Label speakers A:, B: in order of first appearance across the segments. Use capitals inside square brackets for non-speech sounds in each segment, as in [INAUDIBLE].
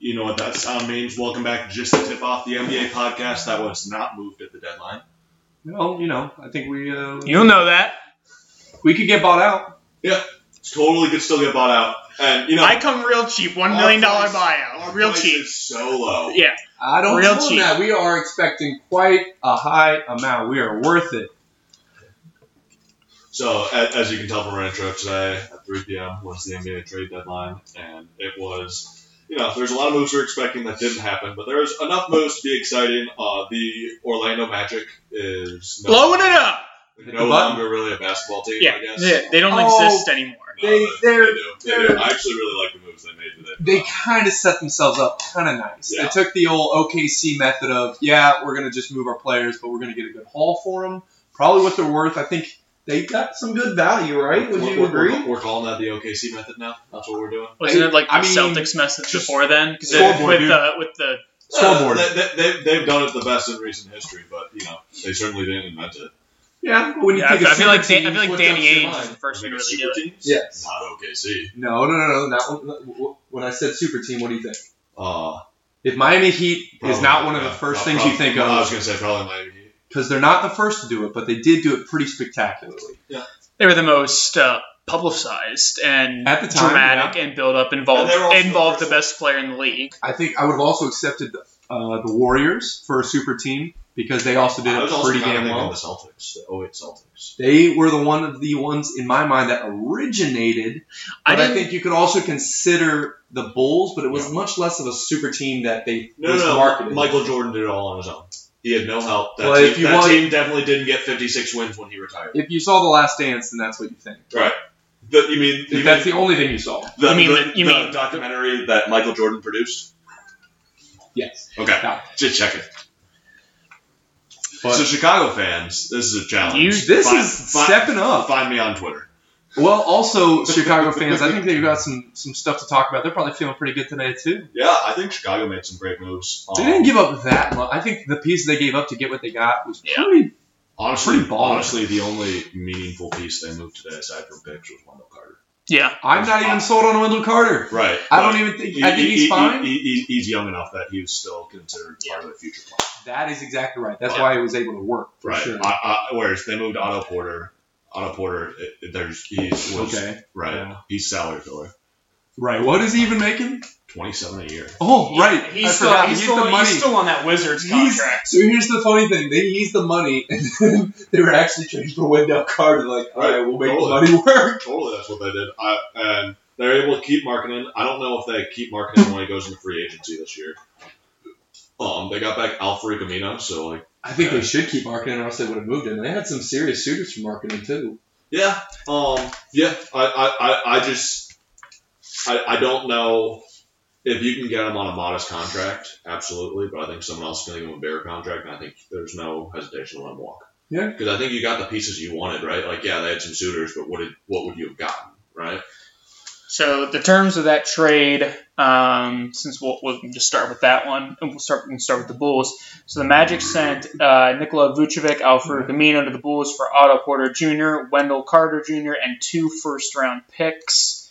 A: You know what that sound means. Welcome back. Just to tip off the NBA podcast that was not moved at the deadline.
B: Well, you know, I think we uh,
C: You'll know that.
B: we could get bought out.
A: It's totally could still get bought out. And you know,
C: I come real cheap, one
A: our
C: million dollar
A: price-
C: buyout,
A: our
C: real
A: price
C: cheap.
A: is so low.
C: Yeah,
B: I don't
C: Real
B: know
C: cheap.
B: that. We are expecting quite a high amount. We are worth it.
A: So a- as you can tell from our intro today, at 3 p.m. was the NBA trade deadline, and it was. You know, there's a lot of moves we are expecting that didn't happen, but there's enough moves to be exciting. Uh, the Orlando Magic is no,
C: blowing it up.
B: Hit
A: no
B: the button.
A: longer really a basketball team,
C: Yeah,
A: I guess.
C: yeah, they don't
B: Oh.
C: exist anymore.
A: No,
B: They- they're-
A: do. They do.
B: they're-
A: I actually really like the moves they made today.
B: They kind of set themselves up kind of nice.
A: Yeah.
B: They took the old OKC method of, yeah, we're going to just move our players, but we're going to get a good haul for them. Probably what they're worth. I think they got some good value, right? Would
A: We're-
B: you
A: we're- we're-
B: agree?
A: We're, calling that the OKC method now. That's what we're doing.
C: Wasn't it like
B: I
C: the
B: mean,
C: Celtics message
B: just
C: before then? 'Cause they-
B: scoreboard,
C: with
B: dude.
C: the with the
B: Scoreboard.
A: Uh, they, they, they've done it the best in recent history, but you know they certainly didn't invent it.
B: Yeah. but When you
C: yeah, I,
B: think
C: feel,
B: of
C: I feel like Dan,
B: synergy,
C: I feel like
B: what
C: Danny
B: jumps to your
C: Ainge was
B: mind?
C: the first one
A: Make it
C: to really do
A: super
C: it.
A: teams?
B: Yes.
A: Not OKC.
B: No, no, no, no. Not, when I said super team, what do you think?
A: Uh,
B: If Miami Heat is
A: probably,
B: not one of the
A: yeah.
B: first
A: Uh,
B: things
A: prob-
B: you think
A: I was
B: of,
A: gonna say probably Miami Heat.
B: because they're not the first to do it, but they did do it pretty spectacularly.
C: They were the most uh, publicized and
B: At the time,
C: dramatic and build up involved
A: And they were also
C: involved the
A: the
C: best player in the league.
B: I think I would have also accepted the, uh, the Warriors for a super team because they also did
A: I
B: it
A: was also
B: pretty
A: kinda
B: damn
A: thinking
B: well.
A: The Celtics, the 08 Celtics.
B: They were the one of the ones in my mind that originated.
C: I
B: But I,
C: didn't.
B: think you could also consider the Bulls, but it was
A: Yeah.
B: much less of a super team that they
A: No,
B: was
A: no,
B: marketed.
A: Michael Jordan did it all on his own. He had no help. That,
B: Well,
A: team,
B: if you
A: that
B: want-
A: team definitely didn't get 56 wins when he retired.
B: If you saw The Last Dance, then that's what you think.
A: Right. The, you mean
B: If
A: you
B: that's
A: mean
B: the only thing you saw.
A: the,
C: You mean
A: the-
C: the- you
A: the
C: mean-
A: documentary that Michael Jordan produced?
B: Yes.
A: Okay,
B: No.
A: just checking.
B: But
A: so Chicago fans, this is a challenge.
C: You-
B: this
A: Fine-
B: is
A: fine-
B: stepping up.
A: Find me on Twitter.
B: Well, also Chicago
A: [LAUGHS]
B: fans, I think they've got some some stuff to talk about. They're probably feeling pretty good today too.
A: Yeah, I think Chicago made some great moves.
B: They
A: Um,
B: didn't give up that much. I think the piece they gave up to get what they got was
C: Yeah.
B: pretty.
A: honestly,
B: pretty baller.
A: honestly, the only meaningful piece they moved today aside from picks was Wendell Carter.
C: yeah,
B: I'm not even sold on Wendell Carter.
A: Right.
B: I don't even think. I think he's fine.
A: He, he- he's young enough that he's still considered part of the future plan.
B: That is exactly right. That's why he was able to work for
A: Right.
B: sure.
A: I, I, whereas they moved Otto Porter. Otto Porter, it, it- there's he was
B: Okay.
A: right.
B: Yeah.
A: He's salary filler,
B: Right. What is he even making?
A: twenty seven a year.
B: Oh, right. I
C: He's still,
B: forgot.
C: he's,
B: He's
C: still,
B: the
C: he's
B: money.
C: still on that Wizards
B: He's-
C: contract.
B: so here's the funny thing. They used the money, [LAUGHS] and then they were actually trading for Wendell Carter. Like, all right,
A: Right.
B: we'll make
A: Totally.
B: the money work.
A: Totally, that's what they did. I, and they're able to keep marketing. I don't know if they keep marketing when he goes into free agency this year. Um, they got back Alfred Camino, so like,
B: I think they should keep marketing, or else they would have moved him. They had some serious suitors for marketing too.
A: yeah, um, yeah. I, I, I, I just, I, I don't know if you can get him on a modest contract. Absolutely, but I think someone else is going to give him a bigger contract, and I think there's no hesitation to let him walk.
B: Yeah.
A: because I think you got the pieces you wanted, right? Like, yeah, they had some suitors, but what did, what would you have gotten, right?
C: So the terms of that trade, um, since we'll, we'll just start with that one, and we'll start we can start with the Bulls. So the Magic sent uh, Nikola Vucevic, Alfred Camino to the Bulls for Otto Porter Jr., Wendell Carter Jr., and two first round picks.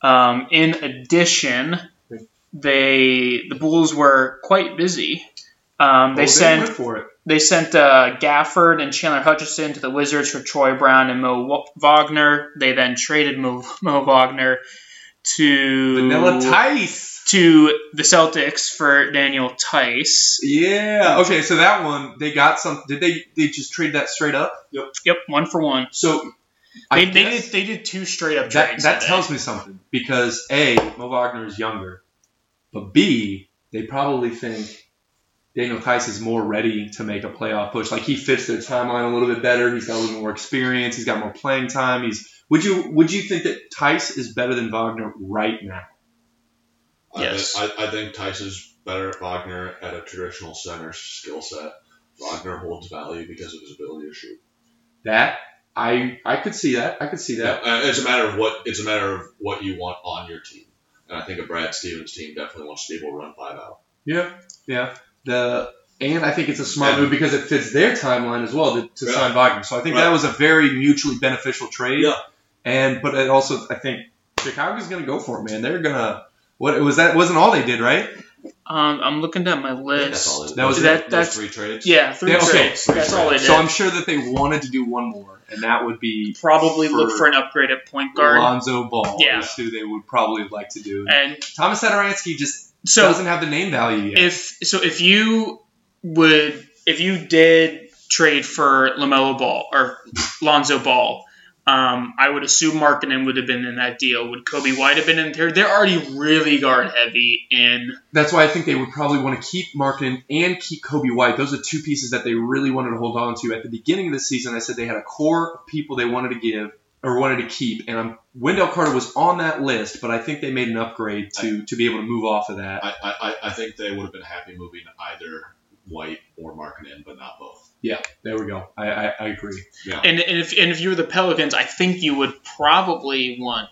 C: Um, in addition, they the Bulls were quite busy. Um, they
B: Well,
C: sent
B: went for it.
C: they sent uh, Gafford and Chandler Hutchison to the Wizards for Troy Brown and Mo Wa- Wagner. They then traded Mo, [LAUGHS] Mo Wagner to
B: Vanilla Tice.
C: to the Celtics for Daniel Tice.
B: Yeah. Okay. So that one, they got some. Did they? They just trade that straight up.
C: Yep, one for one.
B: So I
C: They, they did
B: guess
C: they did two straight up
B: that.
C: trades.
B: That
C: today.
B: tells me something because a Mo Wagner is younger, but b they probably think Daniel Tice is more ready to make a playoff push. Like he fits their timeline a little bit better. He's got a little more experience. He's got more playing time. He's. Would you Would you think that Tice is better than Wagner right now?
C: Yes.
A: I, thi- I, I think Tice is better at Wagner at a traditional center skill set. Wagner holds value because of his ability to shoot.
B: That I I could see that. I could see that.
A: Uh, It's a matter of what it's a matter of what you want on your team. And I think a Brad Stevens team definitely wants to be able to run five out.
B: Yeah, yeah. The and I think it's a smart
A: Yeah.
B: move because it fits their timeline as well to, to
A: Yeah.
B: sign Wagner. So I think that
A: Right.
B: was a very mutually beneficial trade.
A: Yeah.
B: And but it also I think Chicago's going to go for it, man. They're going to What was that? Wasn't all they did, right?
C: Um, I'm looking at my
A: I
C: list.
A: think that's all it is.
B: That was
A: Those- those
C: that- that's-
A: three trades.
C: Yeah, three
B: They- okay,
C: trades.
A: three
C: That's all they
A: trades.
C: did.
B: So I'm sure that they wanted to do one more, and that would be
C: probably
B: for-
C: look for an upgrade at point guard.
B: Lonzo Ball.
C: Yeah.
B: is who they would probably like to do.
C: And
B: Thomas Sadaransky just
C: so
B: doesn't have the name value yet.
C: if so, if you would, if you did trade for Lamelo Ball or Lonzo Ball, um, I would assume Markkinen would have been in that deal. Would Kobe White have been in there? They're already really guard heavy in
B: That's why I think they would probably want to keep Markin and keep Kobe White. Those are two pieces that they really wanted to hold on to. At the beginning of the season, I said they had a core of people they wanted to give or wanted to keep, and i Wendell Carter was on that list, but I think they made an upgrade to to be able to move off of that.
A: I, I, I- I think they would have been happy moving either White or Markkinen, but not both.
B: There we go. I, I, I agree.
C: and, and if and if you were the Pelicans, I think you would probably want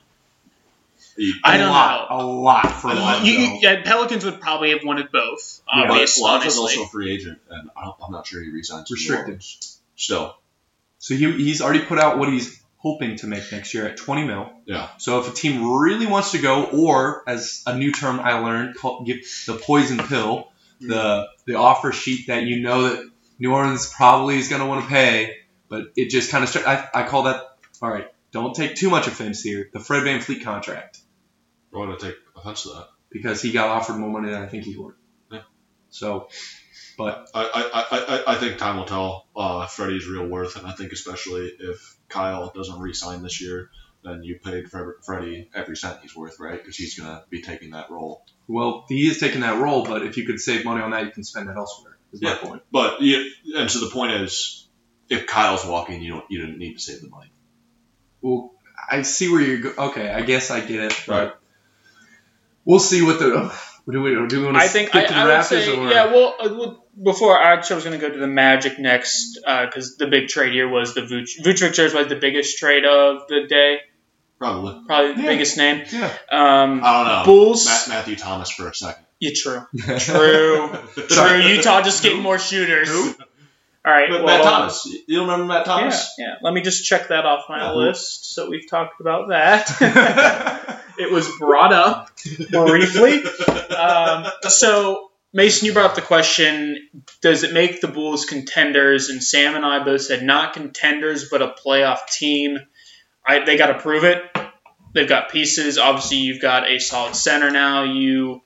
A: He-
C: I
B: A
C: don't
B: lot, A lot for
A: I don't-
B: Lonzo.
C: you, you, yeah, Pelicans would probably have wanted both.
B: Yeah.
A: But
C: Obviously,
A: Lonzo's
C: honestly.
A: also a free agent, and I don't, I'm not sure he resigns.
B: Restricted.
A: Still,
B: So he, he's already put out what he's hoping to make next year at 20 mil.
A: Yeah.
B: So if a team really wants to go, or as a new term I learned, called, give the poison pill, the the offer sheet that you know that New Orleans probably is going to want to pay, but it just kind of I, I call that all right. Don't take too much offense here. The Fred Van Fleet contract
A: I want to take offense to that.
B: because he got offered more money than I think he would.
A: Yeah.
B: So
A: I, I, I- I, I think time will tell uh, Freddie's real worth, and I think especially if Kyle doesn't re-sign this year, then you paid Fre- Freddie every cent he's worth, right? Because he's going to be taking that role.
B: well, he is taking that role, but if you could save money on that, you can spend that elsewhere. Is my
A: Yeah.
B: point.
A: But you, and so the point is, if Kyle's walking, you don't you don't need to save the money.
B: Well, I see where you're. Go- okay, I guess I get it.
A: Right.
B: We'll see what the. What do we do? We want
C: I
B: to
C: think
B: stick
C: I,
B: to the
C: I would
B: Raptors
C: say
B: or
C: yeah. Well, uh, well, before I actually was going to go to the Magic next because the big trade here was the Vuc- Vucevic trade was the biggest trade of the day,
A: Probably.
C: probably the
B: Yeah.
C: biggest name.
B: yeah.
C: Um,
A: I don't know.
C: Bulls.
A: Ma- Matthew Uh, Thomas for a second.
C: yeah, true, [LAUGHS] true,
A: [LAUGHS]
C: true. Utah just get
B: Who?
C: more shooters.
B: Who?
C: All right,
A: But
C: well,
A: Matt
C: uh,
A: Thomas. You remember Matt
C: Yeah,
A: Thomas?
C: yeah. Let me just check that off my
A: Yeah.
C: list. So we've talked
A: [LAUGHS]
C: about that. [LAUGHS] it was brought up
B: [LAUGHS]
C: briefly. um, so Mason, you brought up the question: Does it make the Bulls contenders? And Sam and I both said not contenders, but a playoff team. I, they got to prove it. They've got pieces. Obviously, you've got a solid center now. You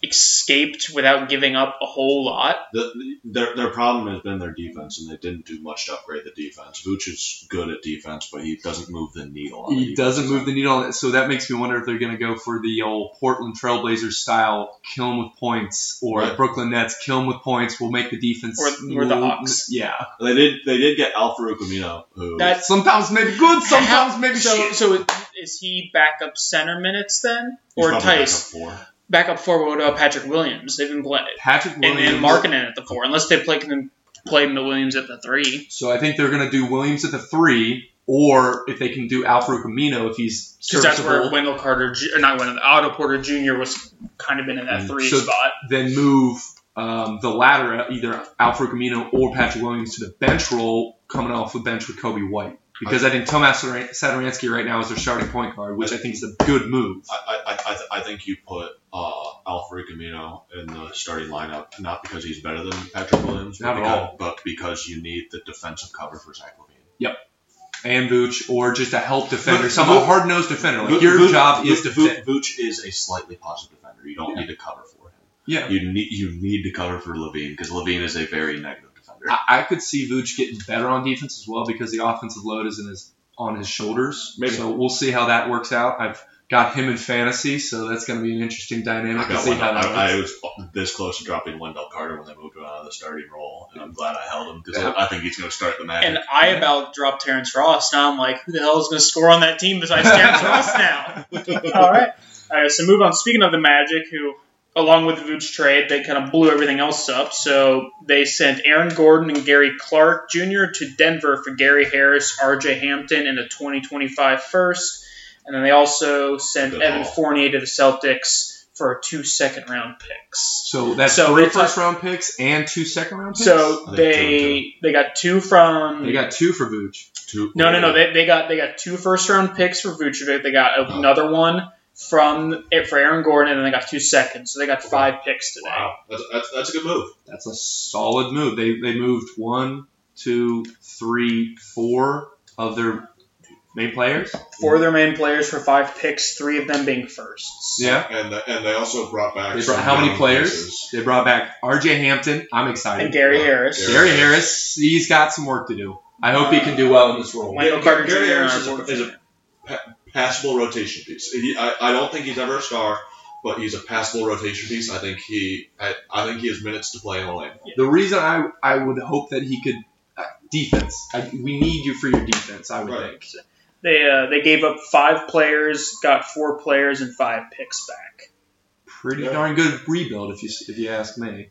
C: escaped without giving up a whole lot.
A: The- the- their, their problem has been their defense, and they didn't do much to upgrade the defense. Vooch is good at defense, but he doesn't move the needle. On
B: he
A: the defense.
B: doesn't move the needle, on it, so that makes me wonder if they're going to go for the old Portland Trailblazers style, kill 'em with points, or
A: Right.
B: Brooklyn Nets, kill 'em with points. We'll make the defense.
C: Or- or the Hawks.
B: Yeah.
A: They did. They did get Al Farouk Amino, who
C: That-
B: Sometimes maybe good, sometimes
C: How-
B: maybe
C: so.
B: shit.
C: So it- is he backup center minutes then,
A: he's
C: or
A: probably back
C: Tice?
A: up for.
C: Backup forward uh, Patrick Williams. They've been play,
B: Patrick
C: and,
B: Williams
C: and Markkinen at the four, unless they play can play Mill Williams at the three.
B: So I think they're going to do Williams at the three, or if they can do Alfredo Camino if he's
C: Because that's where
B: serviceable,
C: Wendell Carter, Ju- or not Wendell, Otto Porter Jr. was kind of been in that
A: Mm.
C: three
B: So-
C: spot.
B: then move um, the latter, either Alfredo Camino or Patrick Williams, to the bench role coming off the bench with Kobe White. Because I think Tomas Satoran- Satoransky right now is their starting point guard, which I think is a good move.
A: I, I, I- I, th- I think you put uh, Al Farouk Amino in the starting lineup, not because he's better than Patrick Williams,
B: Not at
A: but, because,
B: all.
A: but because you need the defensive cover for Zach Levine.
B: And Vooch, or just a help defender,
A: Vooch-
B: some a hard nosed defender. Like
A: Voo-
B: your
A: Voo-
B: job is
A: Voo-
B: to fit.
A: Voo- Vooch is a slightly positive defender. You don't need to cover for him.
B: Yeah.
A: You need you need to cover for Levine because Levine is a very negative defender.
B: I, I could see Vooch getting better on defense as well because the offensive load is in his on his shoulders.
A: Maybe.
B: So we'll see how that works out. I've got him in fantasy, so that's going to be an interesting dynamic
A: I,
B: to
A: got
B: see
A: Wendell-
B: how that
A: I, I
B: works.
A: was this close to dropping Wendell Carter when they moved him out of the starting role, and I'm glad I held him because
B: Yeah.
A: I, I think he's going to start the match.
C: And I about dropped Terrence Ross. Now I'm like, who the hell is going to score on that team besides Terrence
B: [LAUGHS]
C: Ross now? All right. All right. So move on. Speaking of the Magic, who, along with the Vooch trade, they kind of blew everything else up. So they sent Aaron Gordon and Gary Clark Jr. to Denver for Gary Harris, R.J. Hampton, and a 2025 first. And then they also sent
A: Good
C: Evan
A: haul.
C: Fournier to the Celtics for two second round picks.
B: so that's
C: So
B: three
C: it's a-
B: first round picks and two second round picks.
C: So
A: I think two and
C: they they got two from
B: they got two for Vooch.
A: Two-
C: No, no, no. They, they got they got two first round picks for Vucevic. They got
A: Oh.
C: another one from eh, for Aaron Gordon, and then they got two seconds, so they got five picks today.
A: Wow, that's, that's, that's a good move.
B: That's a solid move. They they moved one, two, three, four of their main players.
C: Four of their main players for five picks, three of them being firsts.
B: Yeah.
A: And the, and they also brought back.
B: They brought-
A: some
B: how many
A: young
B: players?
A: pieces.
B: They brought back R.J. Hampton. I'm
C: And
B: excited.
C: Gary
A: Yeah.
C: Harris.
A: Gary-
B: Gary Harris, he's got some work to do. I hope he can do well in this role.
C: Wendell
A: Yeah,
C: Carter
A: Gary
C: Jr.
A: Harris
C: are
A: is a-
C: both-
A: is a- Passable rotation piece. He, I, I don't think he's ever a star, but he's a passable rotation piece. I think he I, I think he has minutes to play in the lane.
B: The reason I I would hope that he could uh, defense. I, we need you for your defense. I would
A: Right.
B: think.
C: They uh, they gave up five players, got four players, and five picks back.
B: Pretty
A: Yeah.
B: darn good rebuild, if you s- if you ask me.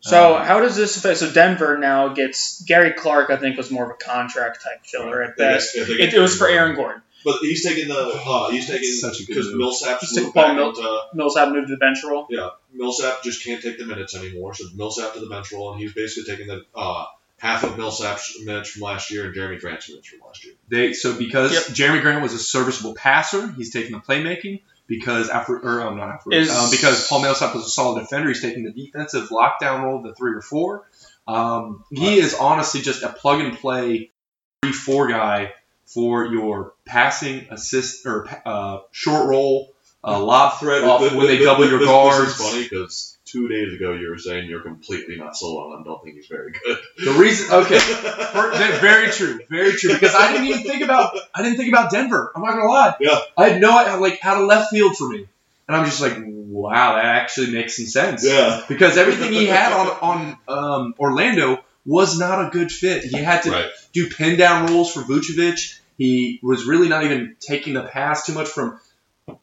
C: So
B: Uh,
C: how does this affect? So Denver now gets Gary Clark. I think was more of a contract type filler at
A: They get-
C: best.
A: they get
C: It, it was for Aaron Gordon.
A: But he's taking the uh, he's taking
B: That's such a good
A: because
B: move.
A: Millsap
C: Just
A: just
C: take
A: moved
C: Paul
A: back
C: Mil-
A: into-
C: Millsap moved to the bench role.
A: yeah Millsap just can't take the minutes anymore. So Millsap to the bench role, and he's basically taking the uh, half of Millsap's minutes from last year and Jeremy Grant's minutes from last year.
B: They so because
C: Yep.
B: Jeremy Grant was a serviceable passer, he's taking the playmaking. Because after or um, not after
C: Is-
B: um, because Paul Millsap was a solid defender, he's taking the defensive lockdown role, the three or four. Um, he is honestly just a plug and play three four guy for your passing assist or uh, short roll, uh, lob threat off
A: Th- th-
B: when they
A: th-
B: double your
A: this,
B: guards.
A: This is funny because two days ago you were saying you're completely not sold on him. Don't think he's very good.
B: The reason okay, Per- that- very true, very true. Because I didn't even think about I didn't think about Denver. I'm not gonna lie.
A: Yeah.
B: I had no idea, like out of left field for me, and I'm just like, wow, that actually makes some sense.
A: [LAUGHS] Yeah.
B: Because everything he had on on um, Orlando was not a good fit. He had to
A: Right.
B: do pin down rolls for Vucevic. He was really not even taking the pass too much from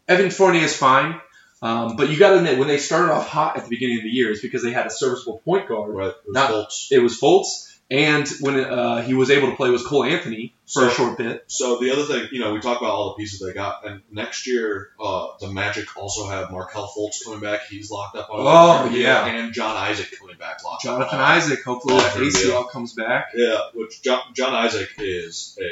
B: Evan Fournier is fine. Um, but you got to admit, when they started off hot at the beginning of the year, it's because they had a serviceable point guard
A: Right. It was
B: Not-
A: Fultz.
B: it was Fultz, and when uh, he was able to play was Cole Anthony for
A: So-
B: a short bit.
A: So the other thing, you know, we talk about all the pieces they got, and next year uh, the Magic also have Markel Fultz coming back. He's locked up on. a
B: Oh,
A: long-term deal,
B: yeah.
A: And John Isaac coming back. Locked up on
B: Jonathan
A: a-
B: Isaac, hopefully that
A: Awesome, yeah.
B: ACL comes back.
A: Yeah, which John, John Isaac is a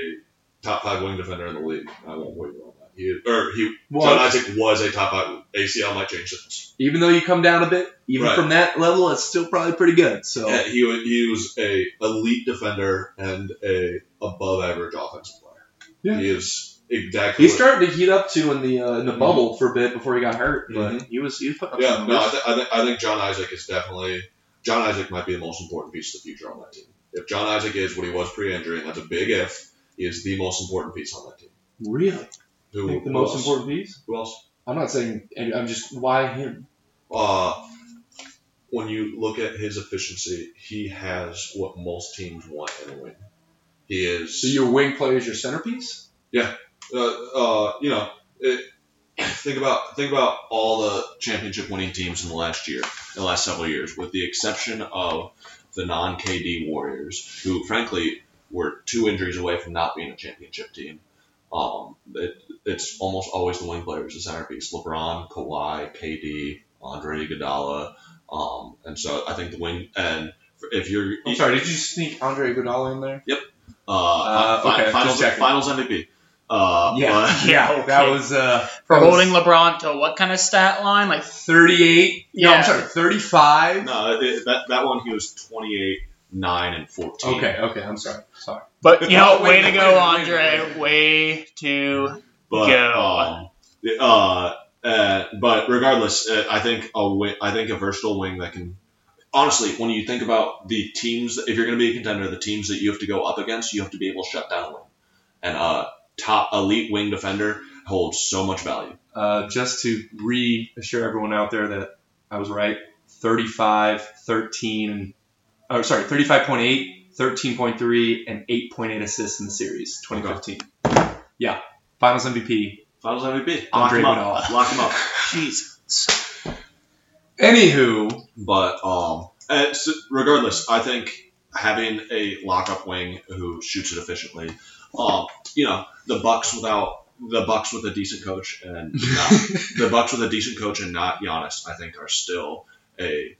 A: top five wing defender in the league. I won't wait on that. He is, or he John
B: Well,
A: Isaac was a top five. ACL might change things.
B: even though you come down a bit, even
A: Right.
B: from that level, it's still probably pretty good. So
A: Yeah, he wa- he was a elite defender and a above average offensive player.
B: Yeah.
A: He is exactly.
B: he
A: what-
B: started to heat up too in the uh, in the bubble for a bit before he got hurt, but
A: Mhm.
B: he was he was putting up
A: Mm-hmm. Yeah,
B: some
A: no, I,
B: numbers.
A: th- I, th- I think John Isaac is definitely John Isaac might be the most important piece of the future on that team. If John Isaac is what he was pre-injury, and that's a big if, he is the most important piece on that team.
B: really
A: Who,
B: think the
A: who
B: most
A: else?
B: important piece.
A: Who else?
B: I'm not saying I'm just why him.
A: Uh, when you look at his efficiency, he has what most teams want in a wing. He is,
B: So your wing player is your centerpiece.
A: uh, uh, you know, it, think about think about all the championship winning teams in the last year, in the last several years, with the exception of the non KD Warriors, who frankly were two injuries away from not being a championship team. Um, it, it's almost always the wing players, the centerpiece, LeBron, Kawhi, KD, Andre Iguodala, um, and so I think the wing and if you're
B: I'm sorry, did you sneak Andre Iguodala in there?
A: uh,
B: Uh,
A: fi-
B: okay, just
A: finals
B: checking.
A: finals MVP. Uh, but-
C: Yeah, okay.
B: that was uh,
C: For
B: that was-
C: holding LeBron to what kind of stat line? Like
B: 38. No,
C: Yeah.
B: I'm sorry, 35.
A: No, it, that, that one he was 28, 9, and 14.
B: Okay, okay, I'm sorry. Sorry.
C: But you know,
B: Wait,
C: way to
B: wait,
C: go, [LAUGHS]
B: wait,
C: Andre.
B: wait.
C: Way to
A: But,
C: Go.
A: Um, the- uh, uh, but regardless, uh, I think a wi- I think a versatile wing that can. Honestly, when you think about the teams, if you're going to be a contender, the teams that you have to go up against, you have to be able to shut down a wing. And a top elite wing defender holds so much value.
B: Uh, just to reassure everyone out there that I was right 35, 13, oh, sorry, 35.8, 13.3, and 8.8 assists in the series 2015. Yeah, finals MVP.
A: Finals MVP. Lock
B: Andre
A: him up.
B: Iguodala.
A: Lock
B: [LAUGHS]
A: him up.
C: Jesus.
B: [LAUGHS] Anywho,
A: But um, and so- regardless, I think having a lockup wing who shoots it efficiently, um, you know, the Bucks without the Bucks with a decent coach and
B: [LAUGHS]
A: not, the Bucks with a decent coach and not Giannis, I think, are still a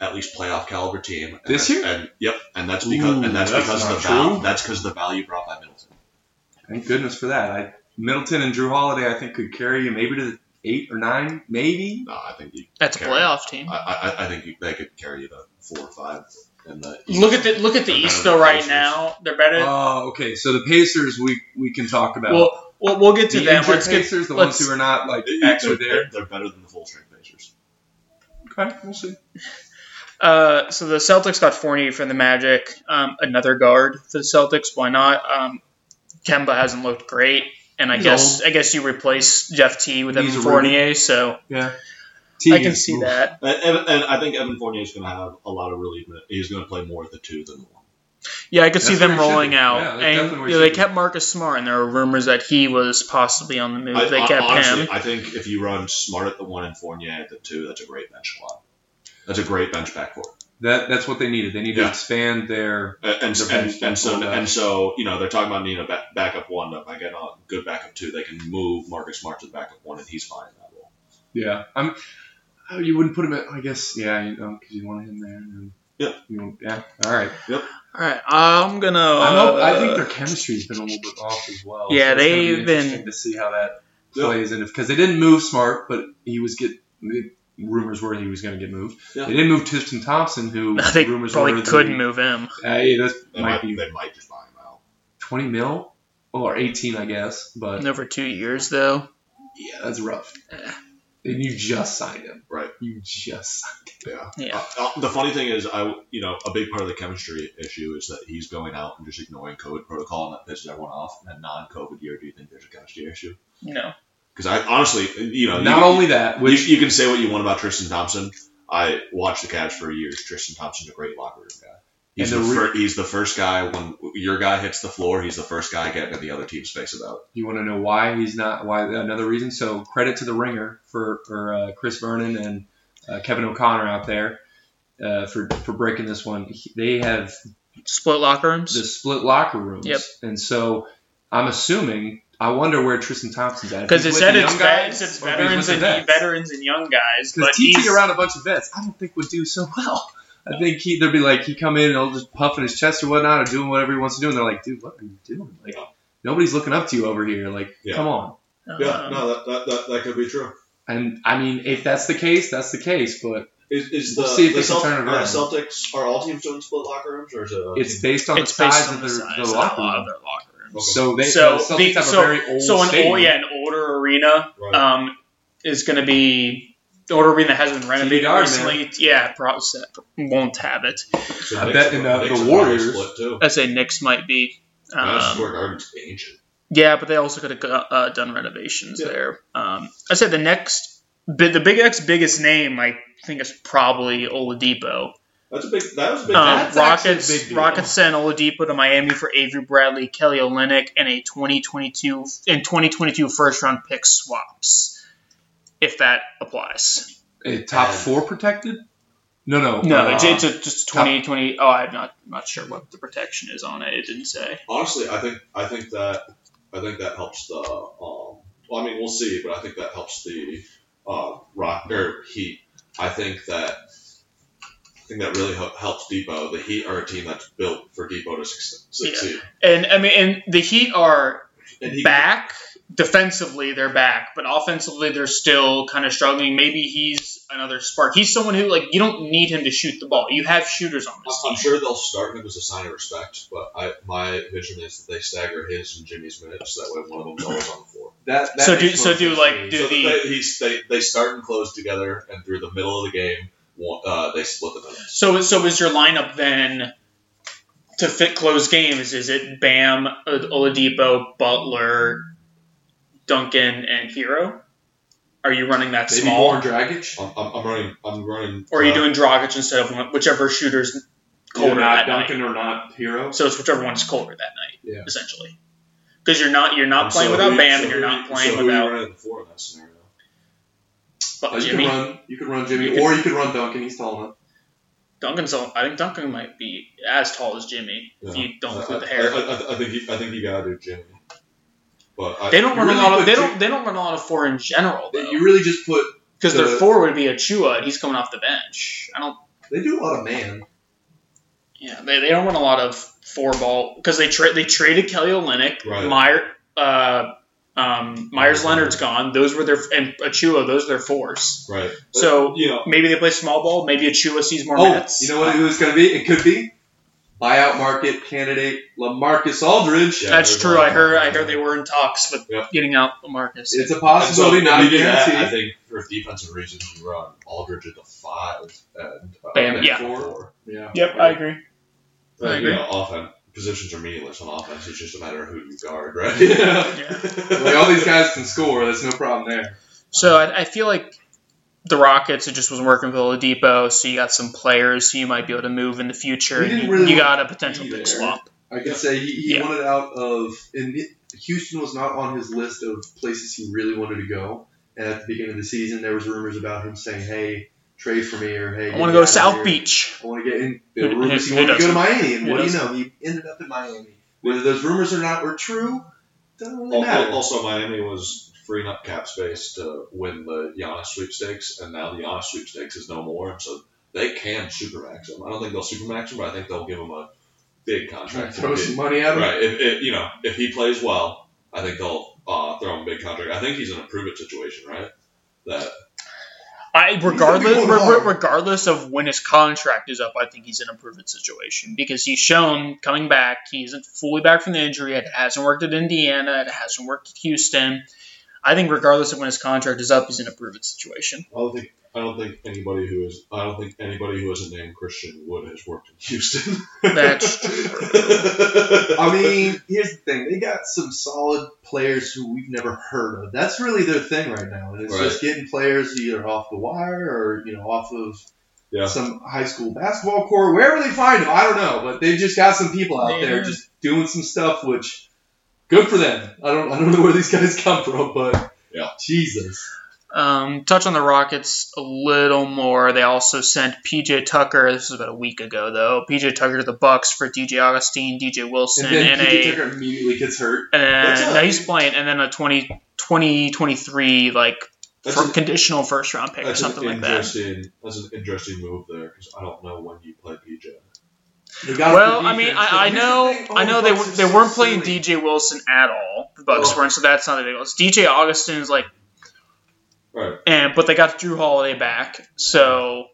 A: at least playoff caliber team And
B: This
A: that's-
B: year?
A: And yep, and that's because
B: Ooh,
A: and that's,
B: that's
A: because of the
B: not
A: value
B: true.
A: that's because of the value brought by Middleton.
B: thank goodness for that. I, Middleton and Drew Holiday, I think, could carry you maybe to the eight or nine, maybe.
A: No, I think you.
C: That's a
A: carry-
C: playoff team.
A: I, I, I think you, they could carry you to four or five. In the East.
C: Look at the look at the
A: They're
C: East
A: better
C: though.
A: than
C: Right
A: Pacers.
C: now, they're better.
B: Oh, okay. So the Pacers, we we can talk about.
C: Well, we'll, we'll get to
B: the
C: them.
B: injured
C: Let's get
B: Pacers, the
C: let's-
B: ones who are not [LAUGHS] like
A: They-
B: actually
A: they're,
B: there.
A: They're better than the full strength Pacers.
B: Okay, we'll see.
C: Uh, so the Celtics got Fournier from the Magic, um, another guard for the Celtics. Why not? Um, Kemba hasn't looked great, and I
B: He's
C: guess I guess you replace Jeff T with
B: He's
C: Evan
B: a
C: Fournier, so I can see that.
A: And, and, and I think Evan Fournier is going to have a lot of really. He's going to play more at the two than the one.
C: Yeah, I could see
B: That's
C: them
B: where it should
C: rolling
B: be.
C: out,
B: Yeah, that's
C: and
B: definitely where it
C: you know, they
B: should be.
C: kept Marcus Smart, and there were rumors that he was possibly on the move.
A: I,
C: Mm, they
A: I-
C: kept
A: honestly,
C: him.
A: I think if you run Smart at the one and Fournier at the two, that's a great bench squad. That's a great bench backcourt.
B: That that's what they needed. They need to
A: Yeah.
B: expand their.
A: And, and,
B: Their
A: and,
B: bench
A: and so
B: backcourt.
A: and so you know they're talking about needing a back, backup one. If I get a good backup two, they can move Marcus Smart to the backup one, and he's fine in that role.
B: Yeah, I'm. oh, You wouldn't put him at. I guess. Yeah, you know, because you want him there. And
A: Yeah.
B: You want, yeah. All right.
C: All right, I'm gonna.
B: I, know, I think
C: uh,
B: their chemistry's been a little bit off as well.
C: Yeah,
B: it's gonna be
C: they've
B: interesting
C: been-
B: to see how that
A: Yeah.
B: plays in because they didn't move Smart, but he was get. Rumors were he was going to get moved.
A: Yeah.
B: They didn't move Tristan Thompson, who [LAUGHS]
C: uh, [LAUGHS] they
B: rumors
C: probably
B: were
C: could
B: that-
C: move him.
B: Hey, that
A: They
B: might
A: might,
B: be
A: they might just buy him out.
B: twenty mil or eighteen, I guess. But
C: Over two years though.
B: yeah, that's rough.
C: Eh.
B: And you just signed him,
A: Right.
B: You just signed
A: Yeah.
C: Yeah.
A: Uh, uh, the funny thing is, I you know a big part of the chemistry issue is that he's going out and just ignoring COVID protocol, and that pisses everyone off. In a non-COVID year, do you think there's a chemistry issue?
C: No.
A: Because I honestly, you know,
B: not
A: you,
B: only that, which
A: you, you can say what you want about Tristan Thompson. I watched the Cavs for years. Tristan Thompson's a great locker room guy. He's the,
B: And the re-
A: fir- he's the first guy when your guy hits the floor. He's the first guy getting in the other team's face about.
B: you want to know why he's not why another reason. So credit to the ringer for for uh, Chris Vernon and uh, Kevin O'Connor out there uh, for for breaking this one. He- They have
C: Split locker rooms.
B: the split locker rooms,
C: Yep.
B: and so I'm assuming. I wonder where Tristan Thompson's at. If
C: Because
B: he's
C: it
B: with
C: said
B: the
C: it's,
B: young
C: vet-
B: guys
C: it says
B: or if he's with
C: veterans
B: the
C: and
B: vets.
C: veterans and young guys, but
B: Because teaching
C: he's, uh,
B: around a bunch of vets, I don't think would do so well. I think he, they'd be like, he come in and he'll just puffing his chest or whatnot, or doing whatever he wants to do, and they're like, dude, what are you doing? Like, nobody's looking up to you over here. Like,
A: Yeah.
B: come on.
C: um,
D: that, that, that, that could be true.
B: And I mean, if that's the case, that's the case. But
D: Is, is
B: We'll
D: the,
B: see if
D: the
B: they can
D: Celt-
B: turn it
D: are the
B: around.
D: Celtics are all teams doing split locker rooms, or is it? a
B: it's
D: team-
B: based on
C: it's
B: the size
C: based on
B: of
C: the
B: their,
C: size
B: their
C: of
B: locker
C: a lot of
B: room.
C: their locker rooms.
D: Okay.
B: So they
C: So
B: the Celtics
C: they-
B: have
C: so-
B: a very old
C: So an
B: stadium.
C: old, yeah, an older arena
D: right.
C: um, is going to be the older arena that has been renovated
B: TDR, man.
C: recently. Yeah, probably set- won't have it.
D: so
B: I
D: Knicks
B: bet
D: are-
B: in the-
D: Knicks
B: the
D: are probably
B: Warriors-
D: split too.
C: I say Knicks might be.
A: Madison
C: Um,
A: Square Garden's ancient.
C: yeah, but they also could have uh, done renovations
D: Yeah.
C: there. Um, I said the next, bi- the big next biggest name I think is probably Oladipo.
D: That's a big. That was a big.
C: Um,
B: that's actually a big
C: Rockets
B: deal.
C: Rockets sent Oladipo to Miami for Avery Bradley, Kelly Olynyk, and a 2022 and 2022 first round pick swaps, if that applies.
B: Eh, top
D: And-
B: four protected. No, no,
C: No,
B: uh,
C: it's, it's a, just 2020. Oh, I'm not not sure what the protection is on it. It didn't say.
D: Honestly, I think I think that I think that helps the. Um, well, I mean, we'll see, but I think that helps the uh, Rock or Heat. I think that I think that really hel- helps Depot. The Heat are a team that's built for Depot to suc- succeed.
C: And I mean, and the Heat are
D: And he,
C: back defensively. They're back, but offensively, they're still kind of struggling. Maybe he's another spark. He's someone who like you don't need him to shoot the ball. You have shooters on this.
D: I'm- I'm sure they'll start him as a sign of respect, but I, my vision is that they stagger his and Jimmy's minutes. That way, one of them's always on the floor.
B: that, that
C: So do-
B: makes
C: so
B: more
C: do,
B: sense
C: like,
B: to me.
C: do-
D: so that
C: the-
D: they, he's, they they start and close together, and through the middle of the game, one- uh, they split the minutes.
C: So, so is your lineup then to fit closed games? Is it Bam, Oladipo, Butler, Duncan, and Hero? Are you running that
B: Maybe
C: small,
B: Goran Dragic.
D: I'm, I'm, I'm running. I'm running.
C: or are you
D: uh,
C: doing Dragic instead of one- whichever shooter's
B: Either
C: colder
B: not
C: that
B: Duncan or not Hero.
C: night? So it's whichever one's colder that night,
B: Yeah.
C: essentially. Because you're not you're not
D: And
C: playing
D: so
C: without
D: who-
C: Bam,
D: so
C: and you're
D: who-
C: not playing
D: so who Are
C: without
D: you running for in that scenario?
C: But
B: Uh, you
C: Jimmy.
B: could run, you could run Jimmy,
C: You could-
B: or you could run Duncan. He's tall enough.
C: Duncan's. all- I think Duncan might be as tall as Jimmy if
D: Yeah.
C: you don't
D: I-
C: include the
D: I-
C: hair.
D: I, I, I think you, I think you gotta do Jimmy. But I,
C: they don't
B: you
C: run
B: really
C: a lot of
B: put
C: they
B: two-
C: don't they don't run a lot of four in general. Though.
B: You really just put.
C: Because their
B: The-
C: four would be Achua, and he's coming off the bench. I don't.
B: They do a lot of man.
C: Yeah, they, they don't want a lot of four ball because they tra- they traded Kelly Olynyk,
D: Right.
C: Meyer, uh, uh, Um, Myers Leonard's gone. Those were their and Achua. Those are their fours.
A: Right. But,
C: So
A: you know,
C: maybe they play small ball. Maybe Achua sees more
B: Oh,
C: minutes. Uh,
B: you know what it was going to be? It could be buyout market candidate Lamarcus Aldridge.
A: Yeah,
C: That's
A: there's
C: true.
A: a lot
C: I
A: of-
C: heard. I heard they were in talks with
A: Yep.
C: getting out Lamarcus.
B: It's a
A: and so
B: possibility, not a
A: if you do that, I
B: guarantee.
A: think for defensive reasons, you run Aldridge at the five and uh,
B: Bam
C: at
A: Bam at
B: four. Yeah.
C: Yep,
A: I
C: agree. I
A: But, you
C: agree.
A: know, offense positions are meaningless on offense. It's just a matter of who you guard, right? [LAUGHS]
B: Like, all these guys can score. There's no problem there.
C: So I, I feel like the Rockets it just wasn't working with Oladipo. So you got some players who you might be able to move in the future.
B: We didn't
C: You,
B: really
C: you got a potential
B: be there.
C: big swap.
B: I could say he, he
C: Yeah.
B: wanted out of. And it- Houston was not on his list of places he really wanted to go. And at the beginning of the season, there was rumors about him saying, "Hey, trade for me," or "Hey,
C: I
B: get
C: want
B: me
C: to
B: out
C: go to
B: of
C: South
B: here."
C: Beach.
B: I want to get in. There were
C: Who-
B: rumors
C: who-
B: he wanted
C: who
B: to go to Miami, and
C: Who
B: what do you
C: doesn't?
B: know? He ended up in Miami. Whether those rumors or not were true, doesn't really
A: Al-
B: matter.
A: Also, Miami was freeing up cap space to win the Giannis sweepstakes, and now the Giannis sweepstakes is no more, and so they can supermax him. I don't think they'll supermax him, but I think they'll give him a big contract.
B: Throw
A: If-
B: some money at him.
A: right. If, if you know if he plays well, I think they'll uh, throw him a big contract. I think he's in a prove it situation, right? That
C: I
B: He's
C: regardless
B: gonna be going
C: re- re-
B: hard.
C: regardless of when his contract is up, I think he's in a proven situation because he's shown coming back he isn't fully back from the injury. It hasn't worked at Indiana. It hasn't worked at Houston. I think regardless of when his contract is up, he's in a proven situation.
A: I don't think I don't think anybody who is I don't think anybody who isn't named Christian Wood has worked in Houston.
C: That's
A: [LAUGHS] true.
B: I mean, here's the thing: they got some solid players who we've never heard of. That's really their thing right now, and it's
A: Right.
B: just getting players either off the wire or you know off of
A: Yeah.
B: some high school basketball court, wherever they find them. I don't know, but they've just got some people out
C: Yeah.
B: there just doing some stuff, which good for them. I don't, I don't know where these guys come from, but
A: Yeah.
B: Jesus,
C: Um, touch on the Rockets a little more. They also sent PJ Tucker. This was about a week ago, though. PJ Tucker to the Bucks for DJ Augustine, DJ Wilson,
B: and then
C: and,
B: PJ
C: a
B: Tucker immediately gets hurt.
C: and
A: That's
C: then,
A: a-
C: now he's playing, and then a 20, 20 23 like
A: That's
C: for
A: an-
C: conditional first round pick or something like that.
A: interesting- That's an interesting move there because I don't know when you play PJ.
B: They got
C: Well,
B: the
C: I mean,
B: defense, but
C: I, I
B: here's the
C: know,
B: thing. Oh,
C: I know
B: the
C: they
B: Bucks
C: were-
B: are
C: they
B: so
C: weren't playing
B: silly.
C: DJ Wilson at all. The Bucks
A: Oh.
C: weren't, so that's not the big deal. It's DJ Augustin is like,
A: Right.
C: and but they got Drew Holiday back, so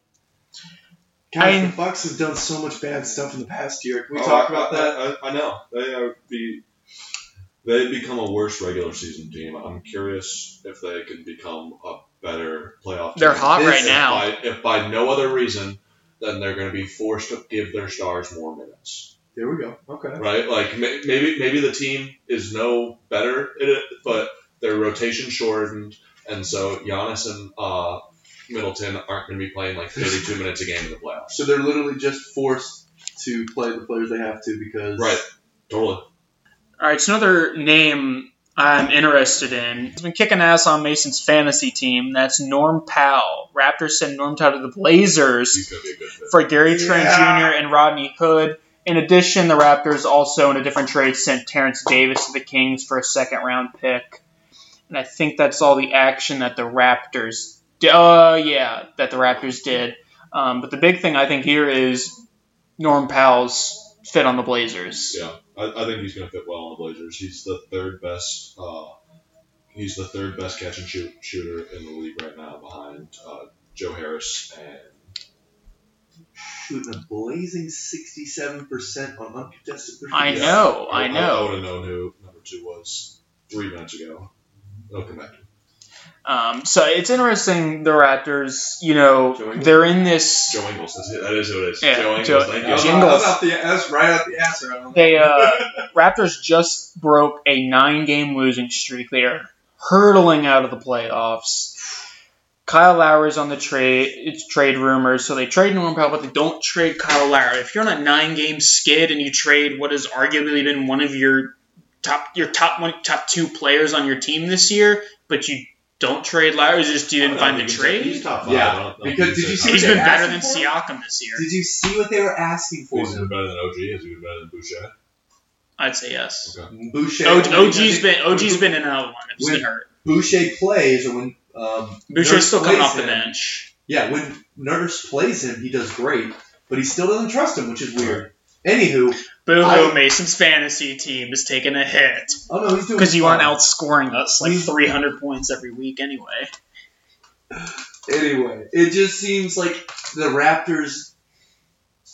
B: Guys,
C: I mean-
B: the Bucks have done so much bad stuff in the past year. Can we
A: Oh,
B: talk
A: I-
B: about
A: I-
B: that?
A: I, I know they are be they become a worse regular season team. I'm curious if they can become a better playoff.
C: they're
A: team.
C: hot
B: This
C: right
B: is
C: now.
A: By, if by no other reason, then they're going to be forced to give their stars more minutes,
B: There we go. Okay.
A: right? Like may- maybe maybe the team is no better at it, but their rotation shortened, and so Giannis and uh, Middleton aren't going to be playing like 32 minutes a game in the playoffs.
B: So they're literally just forced to play the players they have to because
A: Right. Totally.
C: All right, it's another name I'm interested in. He's been kicking ass on Mason's fantasy team. That's Norm Powell. Raptors send Norm Powell to the Blazers
A: He's going to be a good fit.
C: for Gary Trent
B: Yeah.
C: Jr. and Rodney Hood. In addition, the Raptors also, in a different trade, sent Terrence Davis to the Kings for a second round pick. And I think that's all the action that the Raptors. Di- uh, yeah, that the Raptors did. Um, but the big thing I think here is Norm Powell's fit on the Blazers.
A: Yeah, I, I think he's going to fit well on the Blazers. He's the third best. Uh, he's the third best catch and shoot shooter in the league right now, behind uh, Joe Harris and
B: shooting a blazing 67% on uncontested threes.
C: I
A: Yeah.
C: know, I
A: I,
C: know.
A: would have known who number two was three minutes ago. They'll come back.
C: Um, so it's interesting. The Raptors, you know,
B: Joey?
C: they're in this.
A: Joe Ingles. That's it. That is who it is.
C: Yeah,
A: Joe Ingles.
C: Joe-
A: thank
B: That was-
A: you.
C: Jingles.
B: that was out the- That's right out the ass. Right?
C: They uh, Raptors just broke a nine-game losing streak. They are hurtling out of the playoffs. Kyle Lowry's on the trade. It's trade rumors, so they trade Norm Powell, but they don't trade Kyle Lowry. If you're on a nine-game skid and you trade what has arguably been one of your top your top one top two players on your team this year, but you don't trade Lowry, you just you didn't
A: I don't
C: find a
A: think he's-
C: trade.
A: He's top five.
B: Yeah,
A: I don't know if
B: because did you see
C: He's
B: what
C: been
B: they
C: better than
B: asked for?
C: Siakam this year.
B: Did you see what they were asking for?
A: He's been better than OG. He's been better than Boucher.
C: I'd say yes.
B: Boucher.
C: OG, OG's been OG's been in and out of lineups. He's
B: When-
C: been hurt.
B: Boucher plays, or when um, Nurse
C: Boucher's still coming
B: plays
C: off the
B: him-
C: bench.
B: Yeah, when Nurse plays him, he does great, but he still doesn't trust him, which is weird. Anywho,
C: Boo
B: I-
C: hoo, Mason's fantasy team is taking a hit.
B: Oh no, he's doing
C: Because you
B: fine.
C: aren't outscoring us like
B: We-
C: 300 points every week anyway.
B: Anyway, it just seems like the Raptors.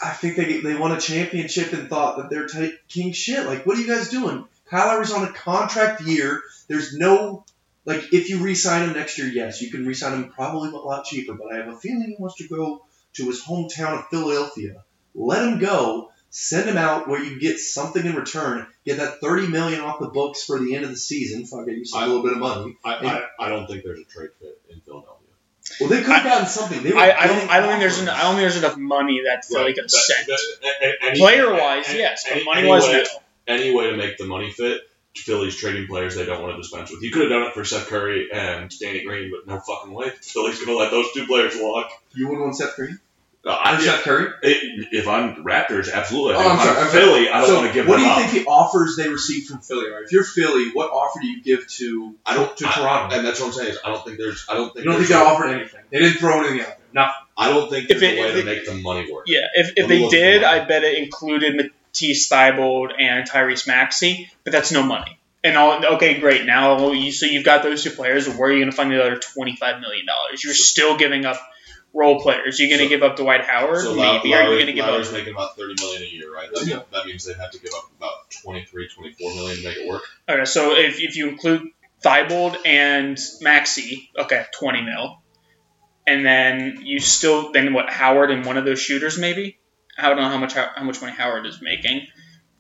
B: I think they they won a championship and thought that they're ta- king shit. Like, what are you guys doing? Kyle Lowry's on a contract year. There's no like if you re-sign him next year, yes, you can re-sign him probably a lot cheaper. But I have a feeling he wants to go to his hometown of Philadelphia. Let him go. Send him out where you get something in return. Get that thirty million off the books for the end of the season. Fuck it, you save a little bit of money.
E: I, I, I don't think there's a trade fit in Philadelphia.
B: Well, they could have gotten something. They were
C: I, I don't
B: getting
C: I don't think there's
B: offers.
C: en- I don't think there's enough money that Philly
A: Right,
C: could
A: that-
C: have sent.
A: that- a- a- any-
C: Player wise,
A: a- a-
C: yes, but
A: any-
C: money wise,
A: any
C: no.
A: way, any way to make the money fit. Philly's trading players they don't want to dispense with. You could have done it for Seth Curry and Danny Green, but no fucking way. Philly's gonna let those two players walk.
B: You wouldn't want Seth Curry?
A: Uh, I,
B: Or Seth Curry?
A: it, if I'm Raptors, absolutely.
B: Oh,
A: if
B: I'm sorry, I'm sorry.
A: Philly, I don't
B: so
A: want to give
B: what do
A: them
B: you
A: up.
B: think the offers they received from Philly are? If you're Philly, what offer do you give to
A: I don't.
B: to
A: I-
B: Toronto?
A: and that's what I'm saying. Is I don't think there's. I don't
B: you
A: think.
B: don't think
A: there's
B: they
A: a-
B: offered anything. They didn't throw anything out there. Nothing.
A: I don't think
C: If
A: there's a
C: it-
A: way
C: if
A: to
C: it-
A: make the money work.
C: Yeah, if, if
A: Let me
C: they
A: look at the
C: did,
A: money.
C: I bet it included Matisse Thibault and Tyrese Maxey, but that's no money. And all okay, great. Now you so you've got those two players. Where are you going to find the other twenty five million dollars? You're still giving up role players. You're going to
A: So-
C: give up Dwight Howard,
A: So Low-
C: maybe. are you
A: Lowry-
C: going to give
A: Lowry's
C: up?
A: making about thirty million a year, right? That,
B: Yeah.
A: means, that means they have to give up about 23, 24 million to make it work.
C: Okay, so if, if you include Thibault and Maxey, okay, twenty mil, and then you still then what Howard and one of those shooters maybe. I don't know how much how, how much money Howard is making,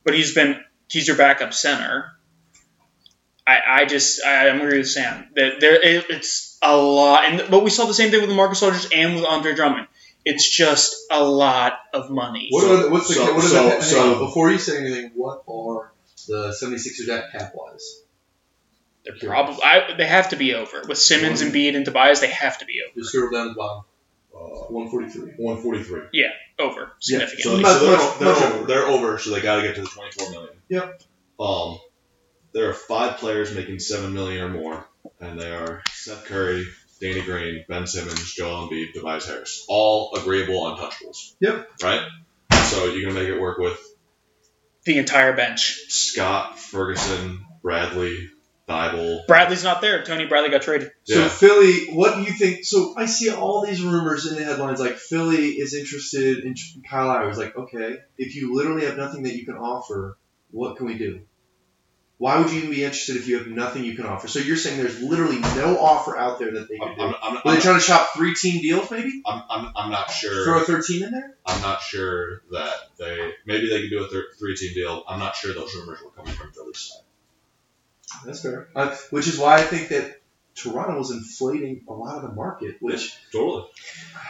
C: but he's been he's your backup center. I, I just I, I'm agree with Sam that there it, it's a lot, and but we saw the same thing with the Marcus Aldridge and with Andre Drummond. It's just a lot of money.
B: What
A: So-
B: are the, what's the,
A: so-
B: what are
A: so-
B: the, hang
A: so-
B: on, before you say anything, what are the 76ers at cap wise?
C: They're probably I, they have to be over with Simmons and Bede and Tobias. They have to be over.
B: Just scroll down to the bottom.
A: Uh,
B: 143.
A: One forty-three.
C: over
B: Yeah,
A: So,
C: significantly.
B: Much-
A: so
B: much-
A: they're,
B: much
A: they're,
B: over.
A: over, they're over, so they got to get to the twenty-four million.
B: Yep.
A: Um, there are five players making seven million or more, and they are Seth Curry, Danny Green, Ben Simmons, Joel Embiid, Tobias Harris, all agreeable untouchables.
B: Yep.
A: Right. So you can make it work with
C: the entire bench.
A: Scott Ferguson, Bradley, Thibault.
C: Bradley's not there. Tony Bradley got traded.
B: So
A: Yeah.
B: Philly, what do you think? So I see all these rumors in the headlines, like Philly is interested in Kyle Lowry. It's like, okay, if you literally have nothing that you can offer, what can we do? Why would you even be interested if you have nothing you can offer? So you're saying there's literally no offer out there that they
A: I'm,
B: could do.
A: I'm, I'm,
B: Were they
A: I'm,
B: trying to shop three team deals, maybe?
A: I'm, I'm, I'm not sure.
B: Throw a third team in there?
A: I'm not sure that they maybe they could do a thir- three-team deal. I'm not sure those rumors were coming from Philly's side.
B: That's fair. Uh, which is why I think that Toronto was inflating a lot of the market, which
A: Totally.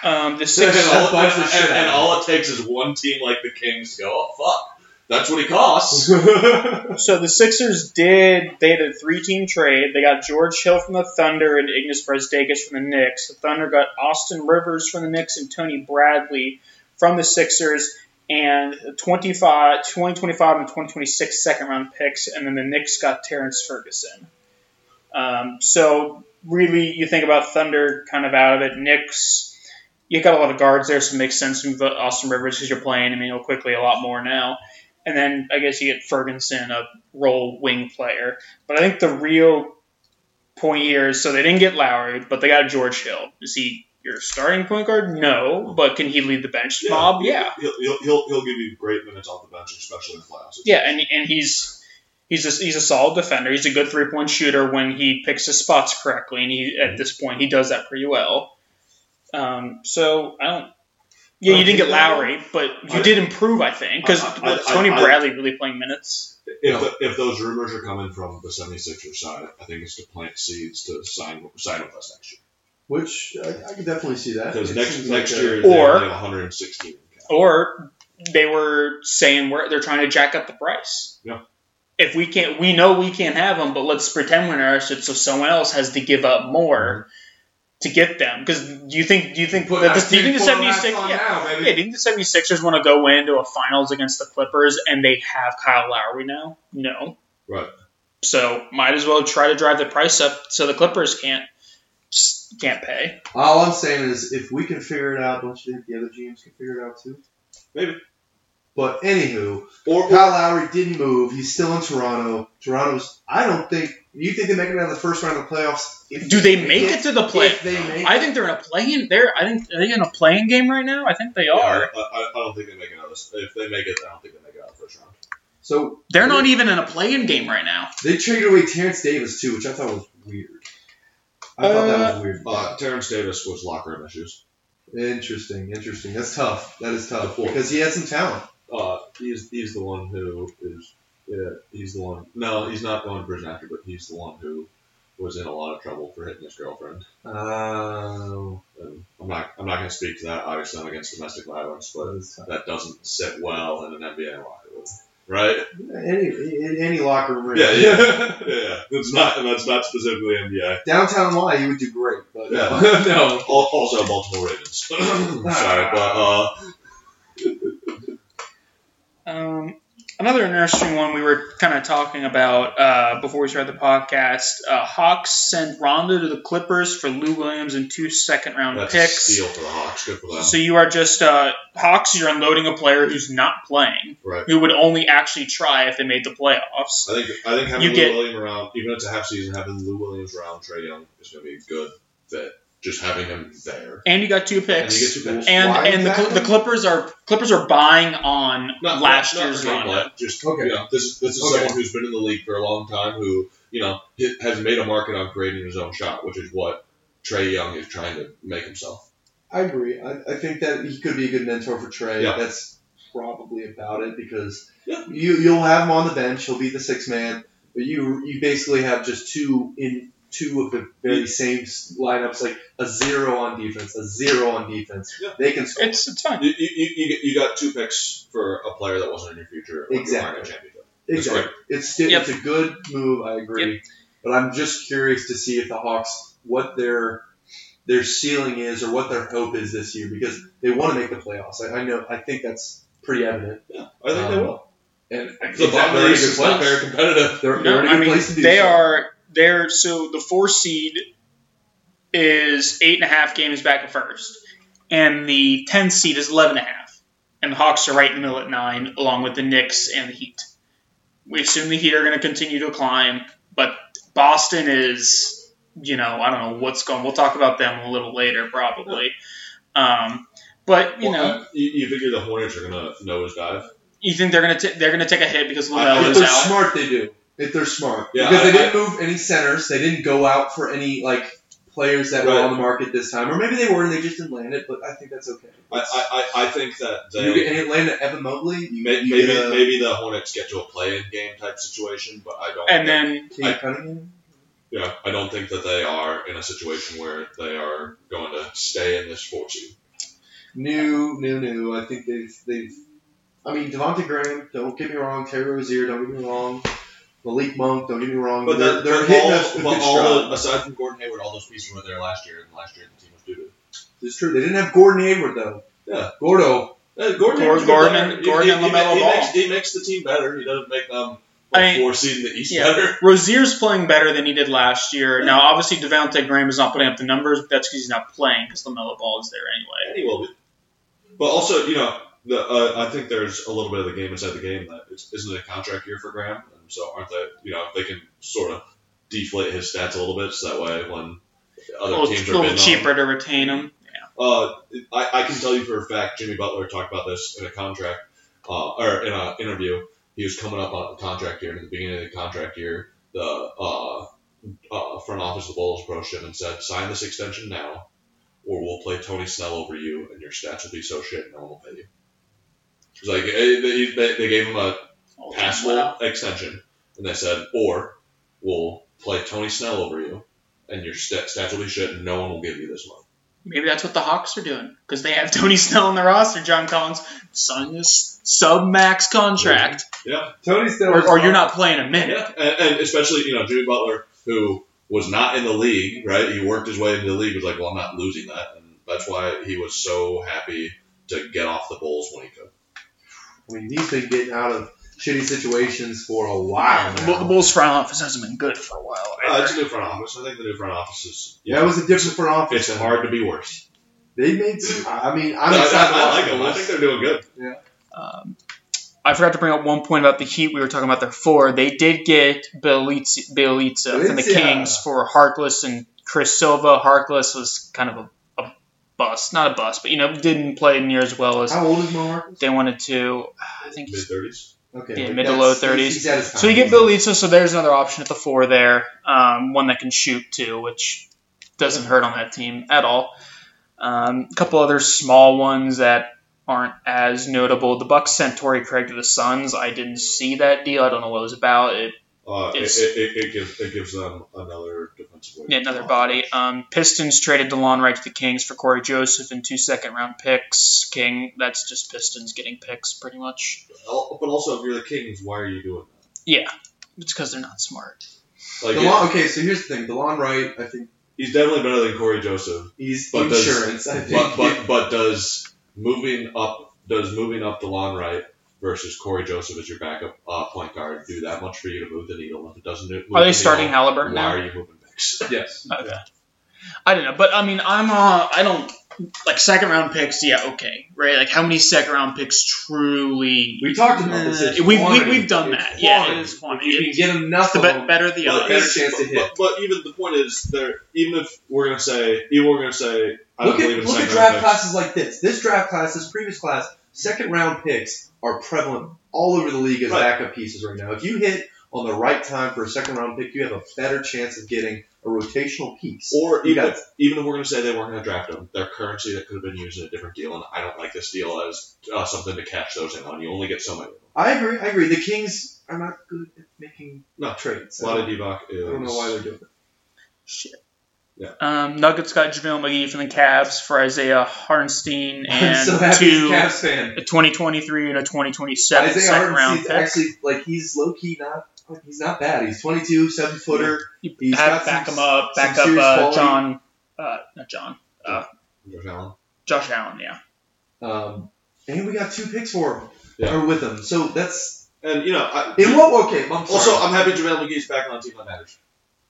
C: Um,
A: [LAUGHS]
C: the
A: And,
C: six.
B: Yeah,
A: all,
B: bugs the shit
A: and-
B: out
A: and
B: of
A: all it takes is one team like the Kings to go, oh fuck, that's what he costs.
C: So the Sixers did. They did a three-team trade. They got George Hill from the Thunder and Ignas Brezdakis from the Knicks. The Thunder got Austin Rivers from the Knicks and Tony Bradley from the Sixers. And 25, 2025 and 2026 second round picks, and then the Knicks got Terrence Ferguson. Um, so, really, you think about Thunder kind of out of it. Knicks, you got a lot of guards there, so it makes sense to move Austin Rivers because you're playing Emmanuel quickly a lot more now. And then I guess you get Ferguson, a role wing player. But I think the real point here is so they didn't get Lowry, but they got George Hill. Is he your starting point guard? No, but can he lead the bench mob? Yeah.
A: He'll, he'll, he'll, he'll give you great minutes off the bench, especially in the playoffs.
C: Yeah, and and he's he's a, he's a solid defender. He's a good three point shooter when he picks his spots correctly, and he at this point he does that pretty well. Um, so I don't. Yeah, you didn't get Lowry, but you did improve, I think, because
A: I- I-
C: Tony
A: I-
C: Bradley really playing minutes.
A: If, the, if those rumors are coming from the 76ers side, I think it's to plant seeds to sign sign with us next year.
B: [LAUGHS] which I, I could definitely see that.
A: Because
B: It
A: next
B: seems like uh,
A: next
B: a-
A: year
C: Or-
A: they have 116.
C: Or they were saying we're, they're trying to jack up the price.
A: Yeah.
C: If we can't, we know we can't have them, but let's pretend we're not interested, so someone else has to give up more to get them. Because do you think do you think that this, do you think the 76 yeah. Yeah, do you think the 76ers want to go into a finals against the Clippers and they have Kyle Lowry now? No.
A: Right.
C: So might as well try to drive the price up so the Clippers can't can't pay.
B: All I'm saying is, if we can figure it out, don't you think the other GMs can figure it out too?
A: Maybe.
B: But anywho,
A: Or, or
B: Kyle Lowry didn't move. He's still in Toronto. Toronto's. I don't think you think they make it out of the first round of the playoffs. If-
C: Do they make it
B: if-
C: to the play?
B: If they make
C: I think they're in a playing. They're I think are they in a playing game right now? I think they
A: yeah,
C: are.
A: I, I, I don't think they make it out of this. If they make it, I don't think they make it out of the first round.
B: so
C: They're not even in a playing game right now.
B: They traded away Terrence Davis too, which I thought was weird. I thought that was weird.
A: Uh, Terrence Davis was locker room issues.
B: Interesting, interesting. That's tough. That is tough
A: Cool.
B: because he had some talent.
A: Uh, he's he's the one who is. Yeah, he's the one. No, he's not going to prison after, but he's the one who was in a lot of trouble for hitting his girlfriend.
B: Oh,
A: Um, I'm not. I'm not going to speak to that. Obviously, I'm against domestic violence, but that doesn't sit well in an NBA locker room, right?
B: any in any locker room.
A: Yeah, [LAUGHS] yeah, yeah. It's not. and That's not specifically NBA.
B: Downtown Y, you would do great, but
A: Yeah. [LAUGHS]
B: no.
A: Al- Also, Baltimore Ravens. [COUGHS] Sorry, but uh,
C: Um, another interesting one we were kind of talking about uh, before we started the podcast. Uh, Hawks sent Rondo to the Clippers for Lou Williams and two second round
A: that's a
C: picks.
A: steal for the Hawks. Good for them.
C: So you are just uh, Hawks. You're unloading a player who's not playing,
A: Right.
C: who would only actually try if they made the playoffs.
A: I think. I think having
C: You
A: Lou
C: get-
A: Williams around, even if it's a half season, having Lou Williams around Trey Young is going to be a good fit. Just having him there.
C: And you got two
A: And
C: picks.
A: you get two picks.
C: and
B: Why
C: and the,
B: exactly?
C: Cl- the Clippers are Clippers are buying on
A: Not-
C: last
A: not- not
C: year's
A: great,
C: run.
A: but Just
B: Okay.
A: you know, this is this is
B: Okay.
A: someone who's been in the league for a long time who you know hi- has made a market on creating his own shot, which is what Trey Young is trying to make himself.
B: I agree. I, I think that he could be a good mentor for Trey.
A: Yeah.
B: That's probably about it because
A: Yeah.
B: you you'll have him on the bench. He'll be the sixth man, but you you basically have just two in two of the very same s- lineups, like a zero on defense, a zero on defense.
A: Yeah.
B: They can score.
C: It's it's fine.
A: You, you, you, you get- you got two picks for a player that wasn't in your future. when you were
B: Exactly.
A: winning a championship. That's
B: exactly.
A: right.
B: It's still
C: Yep.
B: it's a good move. I agree, but I'm just curious to see if the Hawks what their their ceiling is or what their hope is this year because they want to make the playoffs. I, I know. I think that's pretty evident.
A: Yeah, I think they
B: Um,
A: will.
B: And I
A: The Buccaneers is not very competitive.
B: They're,
C: No,
B: in a
C: I
B: good
C: mean
B: place to do
C: they
B: so.
C: are they're so the four seed is eight and a half games back at first, and the ten seed is eleven and a half, and the Hawks are right in the middle at nine, along with the Knicks and the Heat. We assume the Heat are going to continue to climb, but Boston is you know I don't know what's going. We'll talk about them a little later probably, um, but you know.
A: Well, uh, you, you figure the Hornets are gonna nosedive.
C: You think they're gonna t- they're gonna take a hit because
A: I-
C: Lamelo
B: If
C: is
B: they're
C: out?
B: smart, they do. If they're smart,
A: Yeah,
B: because
A: I-
B: they didn't move any centers, they didn't go out for any like players that were
A: Right.
B: on the market this time, or maybe they were and they just didn't land it. But I think that's okay.
A: I, I, I I think that they
B: you get in Atlanta, Evan Mobley, you
A: may,
B: you
A: maybe
B: get, uh,
A: maybe the Hornets get to a play-in game type situation, but I don't. think-
C: And then
B: Cade
A: I-
B: Cunningham.
A: Yeah, I don't think that they are in a situation where they are going to stay in this four seed.
B: New, new, new. I think they've they've. I mean, Devonte Graham. Don't get me wrong. Terry Rozier. Don't get me wrong. Malik Monk. Don't get me wrong.
A: But
B: they're,
A: that,
B: they're
A: but
B: hitting
A: all,
B: us with
A: but
B: good
A: all
B: strides.
A: the- aside from Gordon Hayward, all those pieces were there last year, and last year the team was doo doo.
B: It's true. They didn't have Gordon Hayward though.
A: Yeah.
B: Gordo.
A: Uh, Gordon,
C: Hayward's a good Gordon- player. He- Gordon he- and he ma- LaMelo he Ball.
A: makes,
C: makes-
A: the team better. He doesn't make them
C: like, I mean-
A: four seed in the East
C: Yeah.
A: better.
C: Rozier's playing better than he did last year. Now, obviously, Devontae Graham is not putting up the numbers. But that's because he's not playing because Lamelo Ball is there anyway.
A: And he will be. But also, you know, the, uh, I think there's a little bit of the game inside the game that it's, isn't it a contract year for Graham, and so aren't they? You know, they can sort of deflate his stats a little bit, so that way when other
C: a little,
A: teams uh, are
C: little
A: bidding on him,
C: cheaper to retain him.
A: Uh, I, I can tell you for a fact, Jimmy Butler talked about this in a contract, uh, or in an interview. He was coming up on a contract year, and at the beginning of the contract year, the uh, uh, front office of the Bulls approached him and said, "Sign this extension now, or we'll play Tony Snell over you, and your stats will be so shit, no one will pay you." It's like eh, they, they, they gave him a
C: Oh,
A: passable extension, and they said, "Or we'll play Tony Snell over you, and your st- stats will be shit, and no one will give you this money."
C: Maybe that's what the Hawks are doing because they have [LAUGHS] Tony Snell on the roster. John Collins sign this sub max contract,
B: Tony's still.
C: or, or you're not playing a minute.
A: Yeah, and, and especially you know Jimmy Butler, who was not in the league, right? He worked his way into the league. Was like, well, I'm not losing that, and that's why he was so happy to get off the Bulls when he could.
B: I mean, he's been getting out of shitty situations for a while
C: The
B: now.
C: Bu- the Bulls front office hasn't been good for a while.
A: Uh,
C: either.
A: it's a new front office. I think the new front office is
B: yeah, it was a different front office.
A: It's hard to be worse.
B: They made some. I I mean,
A: i
B: I'm
A: I,
B: excited.
A: I
B: about
A: like
B: the
A: them. I
B: Bulls.
A: think they're doing good.
C: Um, I forgot to bring up one point about the Heat. We were talking about their four. They did get Bielitsa, Bielitsa from the
B: Bielitsa.
C: Kings for Harkless and Chris Silva. Harkless was kind of a, a bust, not a bust, but you know didn't play near as well as
B: How old is Mark?
C: they wanted to. I think.
A: mid
C: he's-
A: thirties.
B: Okay,
C: Yeah,
B: but
C: mid to
B: that's-
C: low 30s.
B: he's at his
C: So you
B: prime.
C: get Bielitsa. So there's another option at the four there, um, one that can shoot too, which doesn't hurt on that team at all. Um, a couple other small ones that aren't as notable. The Bucks sent Torrey Craig to the Suns. I didn't see that deal. I don't know what it was about. It
A: Uh, it,
C: Yes.
A: it, it, it gives it gives them another defensive way.
C: Yeah, another body. Um, Pistons traded DeLon Wright to the Kings for Corey Joseph and two second round picks. King, that's just Pistons getting picks pretty much.
A: Al- But also, if you're the Kings, why are you doing
C: Yeah, it's because they're not smart.
A: that? Like,
B: DeLon, okay, so here's the thing. DeLon Wright, I think
A: he's definitely better than Corey Joseph.
B: he's
A: But does-
B: insurance. I
A: But
B: think.
A: but but does moving up does moving up DeLon Wright versus Corey Joseph as your backup uh, point guard do that much for you to move the needle? If it doesn't, do- move
C: Are
A: the
C: they starting
A: needle,
C: Halliburton
A: Why
C: now?
A: are you moving [LAUGHS] picks?
B: yes.
C: Okay. I don't know, but I mean, I'm uh, I don't like second round picks. Yeah, okay, right? Like how many second round picks truly?
B: We talked about this.
C: Uh,
B: It's
C: we've, we,
B: quantity.
C: we've done
B: It's
C: that. Yeah, it
B: quantity.
C: is quantity.
B: You can get enough
C: It's the
B: of
C: be-
B: them.
C: better the
B: Well,
C: other.
B: better chance to hit.
A: But, but even the point is, there. Even if we're gonna say, even we're gonna say, I don't
B: look at
A: believe in
B: look at
A: second
B: draft
A: round picks.
B: classes like this. This draft class, this previous class, second round picks are prevalent all over the league as
A: Right.
B: backup pieces right now. If you hit on the right time for a second round pick, you have a better chance of getting a rotational piece.
A: Or
B: You
A: even
B: got-
A: if, even if we're going to say they weren't going to draft him, their currency that could have been used in a different deal, and I don't like this deal as uh, something to cash those in on. You only get so many.
B: I agree. I agree. The Kings are not good at making
A: No.
B: trades.
A: A lot of Divac is.
B: I don't know why they're doing it.
C: Um, Nuggets got JaVale McGee from the Cavs for Isaiah Harnstein
B: [LAUGHS] I'm
C: and
B: so happy
C: two
B: he's a Cavs fan.
C: a 2023 and a 2027
B: Isaiah
C: second round
B: Hartenstein's
C: picks.
B: actually like he's low key not like, he's not bad. He's 22, seven footer. He's got
C: Have,
B: some-
C: back him up,
B: some
C: back up
B: serious
C: uh,
B: quality.
C: John, uh, not John,
A: Josh Allen.
C: Josh Allen. Yeah,
B: Um, and we got two picks for him
A: Yeah.
B: or with him. So that's
A: And, you know, I,
B: in what okay. I'm sorry.
A: also, I'm happy JaVale McGee's back on the team that matters.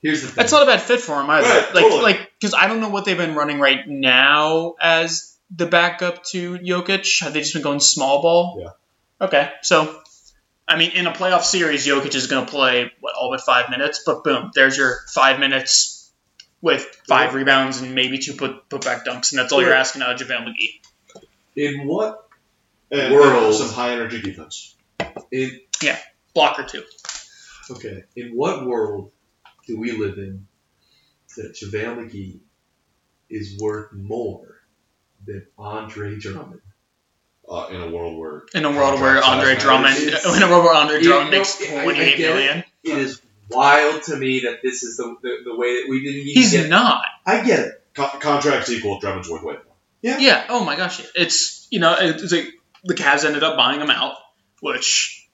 B: here's the thing.
C: that's not a bad fit for him either.
A: Right,
C: like,
A: totally.
C: like because I don't know what they've been running right now as the backup to Jokic. Have they just been going small ball? Yeah. Okay, so. I mean, in a playoff series, Jokic is going to play what all but five minutes, but boom, there's your five minutes with five rebounds and maybe two put put back dunks, and that's all you're asking out of JaVale McGee.
B: in what
A: And
B: World.
A: some high energy defense.
B: in
C: Blocker two.
B: okay in what world do we live in that JaVale McGee is worth more than Andre Drummond?
A: Uh, in a world where
C: In a world where Andre
A: Contract size
C: Drummond,
B: matters.
C: [LAUGHS] in a world where Andre
B: Yeah,
C: Drummond
B: no,
C: makes
B: I- I
C: twenty-eight
B: get it.
C: million,
B: It is wild to me that this is the the, the way that we didn't even
C: he's
B: get.
C: not.
B: I get it.
A: co- contracts equal Drummond's worth way more.
C: Yeah. Oh my gosh, it's you know, it's like the Cavs ended up buying him out, which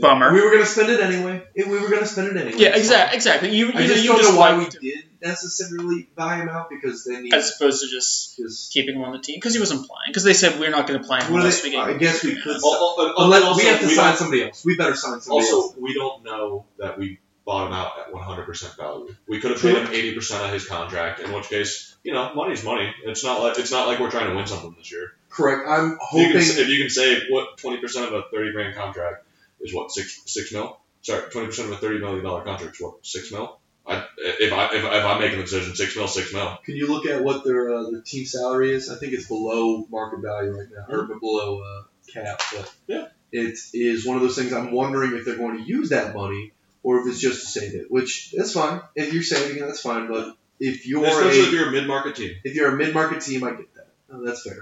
C: bummer.
B: We were gonna spend it anyway. It- we were gonna spend it anyway.
C: Yeah, exactly, exactly. You, you,
B: I just
C: you
B: don't know why we
C: liked him
B: did necessarily buy him out because then he
C: as opposed to just
B: just.
C: keeping him on the team because he wasn't playing because they said we're not going to play him
B: Well,
C: unless
B: they-
C: we get.
B: I guess we could.
A: Oh, oh, and- and
B: Unless,
A: also,
B: we have to
A: we
B: sign
A: don't-
B: somebody else. We better sign somebody else.
A: Also, we don't know that we bought him out at 100% value. We could have paid him 80% of his contract, in which case, you know, money's money. It's not like it's not like we're trying to win something this year.
B: Correct. I'm
A: If you,
B: hoping.
A: can, if you can save what 20% of a 30 grand contract is what six six mil. Sorry, 20% of a 30 million dollar contract is what six mil. I, if I if, if I'm making the decision, six mil, six mil.
B: Can you look at what their uh, their team salary is? I think it's below market value right now, or below uh, cap. But
A: Hmm. Yeah.
B: it is one of those things. I'm wondering if they're going to use that money or if it's just to save it. Which that's fine. If you're saving it, that's fine. But if you're a,
A: Especially if you're a mid market team.
B: if you're a mid market team, I get that. No, that's fair.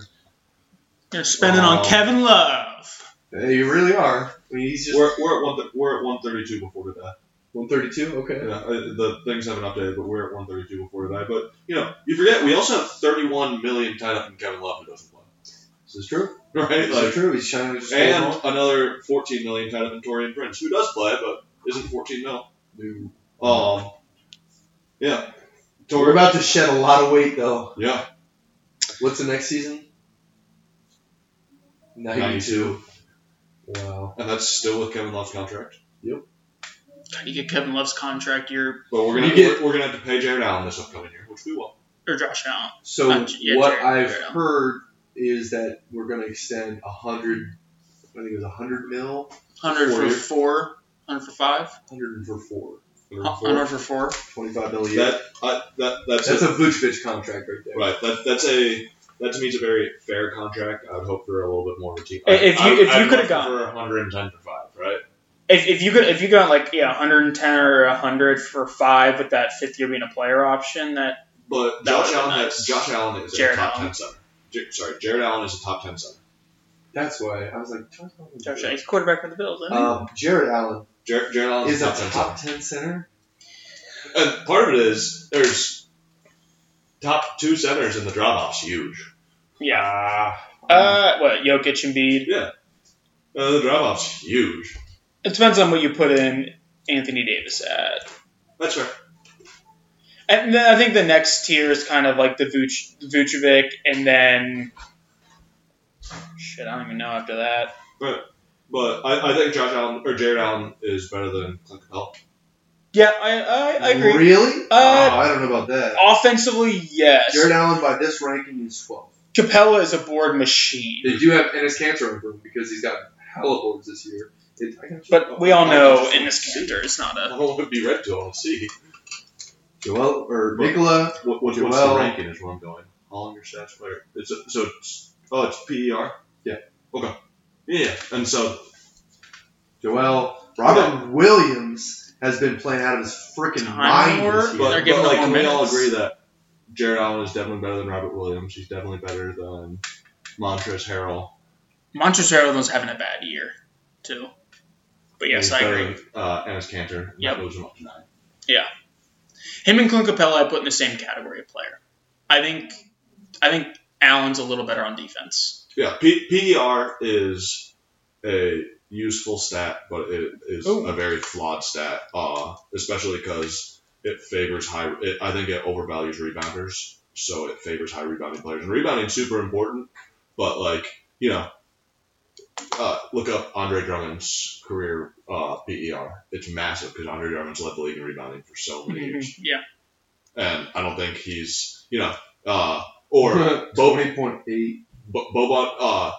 C: They're spending
A: Wow.
C: on Kevin Love.
B: Yeah, you really are. I mean, he's just
A: We're, we're at one th- we're at 132 before today.
B: 132. Okay.
A: Yeah, uh, the things haven't updated, but we're at 132 before today. But you know, you forget we also have 31 million tied up in Kevin Love who doesn't play. [LAUGHS]
B: This is true.
A: Right?
B: This is
A: Like,
B: true. He's trying to just hold on.
A: and another 14 million tied up in Torian Prince who does play, but isn't 14 mil.
B: Dude.
A: Um, yeah.
B: We're
A: Tor-
B: about to shed a lot of weight though.
A: yeah.
B: What's the next season?
A: 92.
B: Wow.
A: And that's still with Kevin Love's contract.
C: God, you get Kevin Love's contract, you're
A: But we're gonna
B: You get-
A: we're, we're gonna have to pay Jared Allen this upcoming year, which we will.
C: or Josh Allen.
B: So
C: Uh, yeah,
B: what
C: Jared-
B: I've
C: Jared Allen.
B: heard is that we're going to extend 100 I think it was 100 mil,
C: 100 for
A: Forty.
C: four, 100 for five,
B: 100 for four,
A: Number four.
C: 100 for four.
B: 25 mil a year.
A: That, I, that that's,
B: That's
A: a,
B: a Vucevic contract right there.
A: right. That, that's a that to me is a very fair contract. I would hope for a little bit more of a team.
C: If- if you-
A: I-
C: if you
A: I'd look
C: could've gone-
A: for 110 for five, right?
C: If, if you could if you got like yeah 110 or 100 for five with that fifth year being a player option that
A: But
C: That
A: Josh
C: would've
A: Allen,
C: been
A: has, Josh Allen is
C: Jared
A: a top
C: Allen.
A: 10 center. J- sorry, Jared Allen is a top 10 center.
B: That's why I was like, Josh Allen.
C: Josh Allen, he's quarterback for the Bills. Isn't he?
B: Um, Jared Allen
A: Jared, Jared Allen is
B: is
A: a
B: a
A: top 10 center.
B: top 10 center.
A: And part of it is there's top two centers in the drop off's huge.
C: yeah.
A: Ah.
C: Uh, what Jokic and Bede?
A: Uh, the drop off's huge.
C: It depends on what you put in Anthony Davis at.
A: That's fair.
C: And then I think the next tier is kind of like the Vuc- Vucevic, and then shit, I don't even know after that.
A: But I, I think Josh Allen or Jared Allen is better than Clint Capella.
C: Yeah, I I, I agree.
B: Really?
C: Uh,
B: oh, I don't know about that.
C: Offensively, yes.
B: Jared Allen by this ranking is 12.
C: Capella is a board machine,
B: They do have and his cancer improved because he's got hella boards this year. It, I got you.
C: but we all know in this character it's not
A: I
C: a.
A: don't want to be read to. I want to see
B: Joel or Nicola.
A: what, what, what's the
B: Joel.
A: ranking is where I'm going. All in your stats player. It's a, so it's oh it's PER.
B: Yeah.
A: Okay. Yeah, and so
B: Joel. Robert Williams has been playing out of his freaking
C: Time
B: mind
C: Lord,
B: this year.
A: but,
C: They're giving
A: but,
C: him
A: like
C: more
A: can we all
C: minutes.
A: agree that Jared Allen is definitely better than Robert Williams. He's definitely better than Montrezl Harrell.
C: Montrezl Harrell was having a bad year, too. But yes,
A: He's
C: I
A: better
C: agree.
A: than, Uh, Ennis Cantor. and
C: Yep.
A: That moves him up to nine.
C: Him and Clint Capella, I put in the same category of player. I think, I think Allen's a little better on defense.
A: Yeah, P- PER is a useful stat, but it is
C: Ooh.
A: a very flawed stat, uh, especially because it favors high. It, I think it overvalues rebounders, so it favors high rebounding players. And rebounding is super important, but like you know, uh, look up Andre Drummond's career uh, PER. It's massive because Andre Drummond's led the league in rebounding for so many
C: Mm-hmm.
A: years.
B: Mm-hmm.
C: Yeah,
A: and I don't think he's you know uh, or
B: [LAUGHS]
A: Bo,
B: twenty point eight.
A: Bo- Boban uh,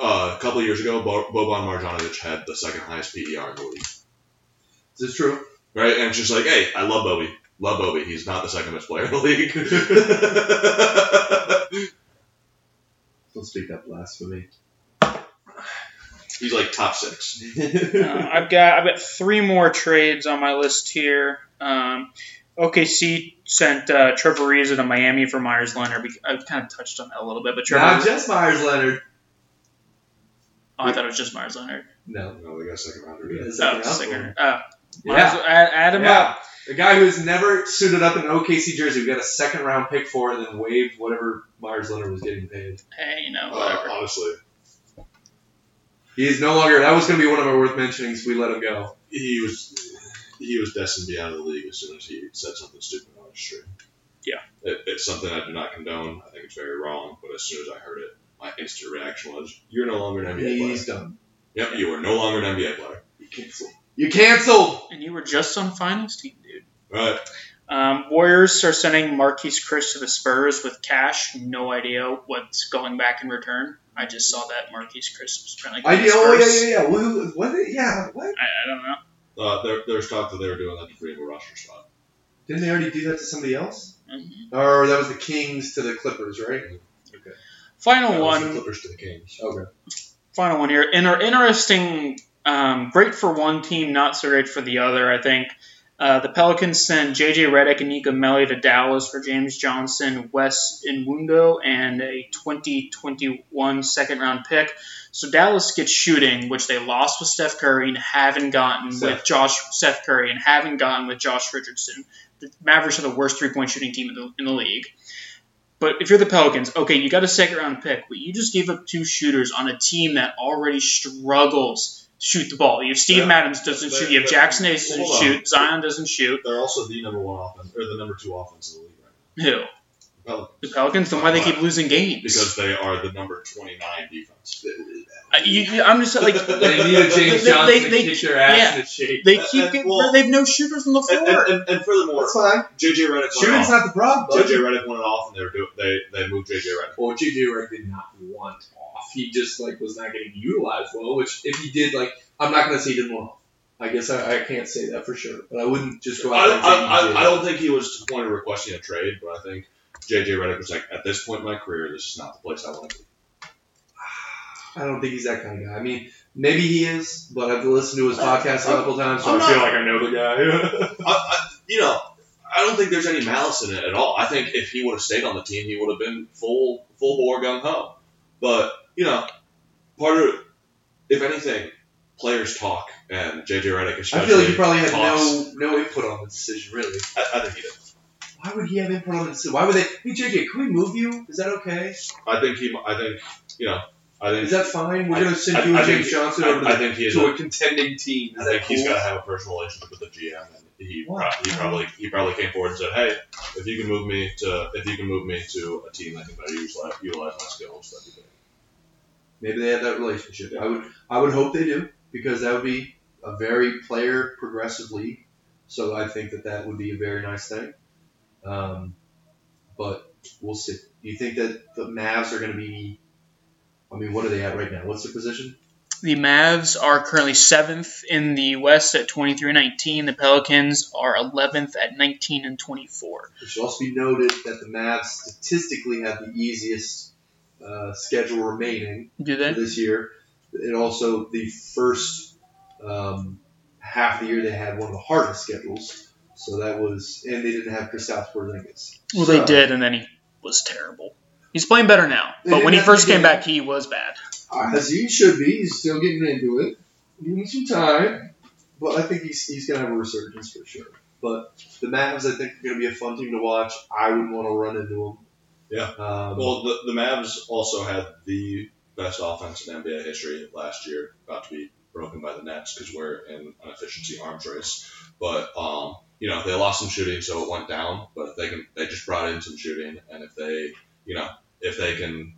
A: uh, a couple of years ago Bo, Boban Marjanovic had the second highest PER in the league,
B: Is this true?
A: right? And it's just like, hey, I love Bobby, love Bobby. He's not the second best player in the league.
B: Don't speak that blasphemy.
A: [LAUGHS] he's like top six.
B: [LAUGHS]
C: Uh, I've got I've got three more trades on my list here. Um, OKC sent uh, Trevor Ariza to Miami for Myers Leonard. We, I've kind of touched on that a little bit, but Trevor.
B: Not just Myers Leonard.
C: oh, I thought it was just Myers Leonard.
B: No.
A: No, they got a second rounder. yeah.
B: Is that
C: Oh,
B: an
C: singer.
B: outfielder?
C: Uh,
B: Yeah.
C: Adam.
B: Yeah. A guy who's never suited up in an OKC jersey, we got a second round pick for, and then waived whatever Myers Leonard was getting paid.
C: Hey, you know
A: Uh,
C: whatever.
A: honestly,
B: He is no longer. That was going to be one of our worth mentionings. We let him go.
A: he was he was destined to be out of the league as soon as he said something stupid on his stream.
C: Yeah.
A: It, it's something I do not condone. I think it's very wrong. But as soon as I heard it, my instant reaction was, "You're no longer an NBA
B: He's done.
A: player. Yep, you are no longer an NBA player."
B: You canceled. You canceled.
C: and you were just on finals team, dude.
A: Right?
C: Um, Warriors are sending Marquise Chris to the Spurs with cash. No idea what's going back in return. I just saw that Marquise Chris was apparently going to
B: I
C: the
B: Oh
C: Spurs.
B: yeah, yeah, yeah. What? what yeah. What?
C: I, I don't know.
A: Uh, there, there's talk that they were doing that to free up a roster spot.
B: Didn't they already do that to somebody else?
C: Mhm.
B: Or that was the Kings to the Clippers, right?
A: That
C: Final
A: was
C: one.
A: the Clippers to the Kings.
B: [LAUGHS] Okay.
C: final one here. Inter- interesting, um, great for one team, not so great for the other. I think uh, the Pelicans send J.J. Redick and Nico Melly to Dallas for James Johnson, Wes Nwungo, and a 2021 second round pick. So Dallas gets shooting, which they lost with Steph Curry and haven't gotten
B: Steph.
C: with Josh Steph Curry and haven't gotten with Josh Richardson. The Mavericks are the worst three point shooting team in the, in the league. But if you're the Pelicans, okay, you got a second round pick, but you just gave up two shooters on a team that already struggles to shoot the ball. You have Steve
A: Yeah.
C: Adams doesn't
A: But-
C: shoot. You have
A: but-
C: Jackson Hayes doesn't
A: hold on.
C: shoot. Zion doesn't shoot.
A: They're also the number one offense or the number two offense in the league right
C: Who?
A: now. Pelicans
C: The Pelicans, then why they keep losing games?
A: because they are the number 29 defense.
C: I, Uh, you, I'm just like
A: [LAUGHS]
F: They need a James
C: They-
F: Johnson
C: they-
F: to
C: they-
F: kick their ass
C: yeah.
F: into shape.
C: they
A: Uh,
C: keep
A: uh,
C: getting
A: well-
C: they have no shooters on the
A: And,
C: floor.
A: and, and, and furthermore,
B: That's fine.
A: JJ Redick went
B: Shooting's
A: off.
B: not the problem.
A: JJ
B: bud.
A: Redick went off, and they were doing they they moved JJ Redick.
B: Well, JJ Redick did not want off. He just like was not getting utilized well. Which if he did, like, I'm not gonna say he didn't want off. I guess I, I can't say that for sure. But I wouldn't just go
A: I,
B: out there and take
A: I,
B: JJ.
A: I, I don't think he was to the point of requesting a trade, but I think JJ Redick was like, at this point in my career, this is not the place I want to be.
B: I don't think he's that kind of guy. I mean, maybe he is, but I've listened to his podcast a couple times, so
A: I'm
B: I feel
A: not-
B: like I know the guy.
A: I, I, you know, I don't think there's any malice in it at all. I think if he would have stayed on the team, he would have been full full bore gung ho. But you know, part of if anything, players talk, and JJ Redick
B: I
A: especially.
B: feel like he probably had no,
A: Toss.
B: no input on the decision, really.
A: I, I think he did.
B: Why would he have input on the decision? Why would they? Hey, JJ, can we move you? Is that okay?
A: I think he. I think you know. I think.
B: Is that fine? We're
A: I-
B: going to send
A: I-
B: you
A: I
B: and James
A: think-
B: Johnson over to,
A: I, I think he
B: the-
A: is.
B: to
A: A,
B: a contending team.
A: I
B: Is
A: think
B: that
A: he's
B: cool?
A: got to have a personal relationship with the GM, and he, pro-
B: Why?
A: he probably he probably came forward and said, "Hey, if you can move me to if you can move me to a team that can better utilize, utilize my skills, that'd be great."
B: Maybe they have that relationship. I would I would hope they do because that would be a very player progressive league. So I think that that would be a very nice thing. Um, but we'll see. Do you think that the Mavs are going to be? I mean, what are they at right now? What's their position?
C: The Mavs are currently seventh in the West at 23-19. The Pelicans are 11th at 19 and 24.
B: It should also be noted that the Mavs statistically have the easiest uh, schedule remaining.
C: Do they?
B: this year. And also the first um, half of the year they had one of the hardest schedules. So that was, and they didn't have Kristaps Porzingis.
C: Well,
B: So,
C: they did, and then he was terrible. He's playing better now,
B: They
C: but
B: did
C: when he
B: that-
C: first
B: they
C: came
B: did.
C: back, he was bad.
B: As he should be, he's still getting into it. Give him some time, but I think he's he's gonna have a resurgence for sure. But the Mavs, I think, are gonna be a fun team to watch. I wouldn't want to run into them.
A: Yeah.
B: Um,
A: Well, the, the Mavs also had the best offense in NBA history last year, about to be broken by the Nets because we're in an efficiency arms race. But um, you know, they lost some shooting, so it went down. But if they can, they just brought in some shooting, and if they, you know, if they can,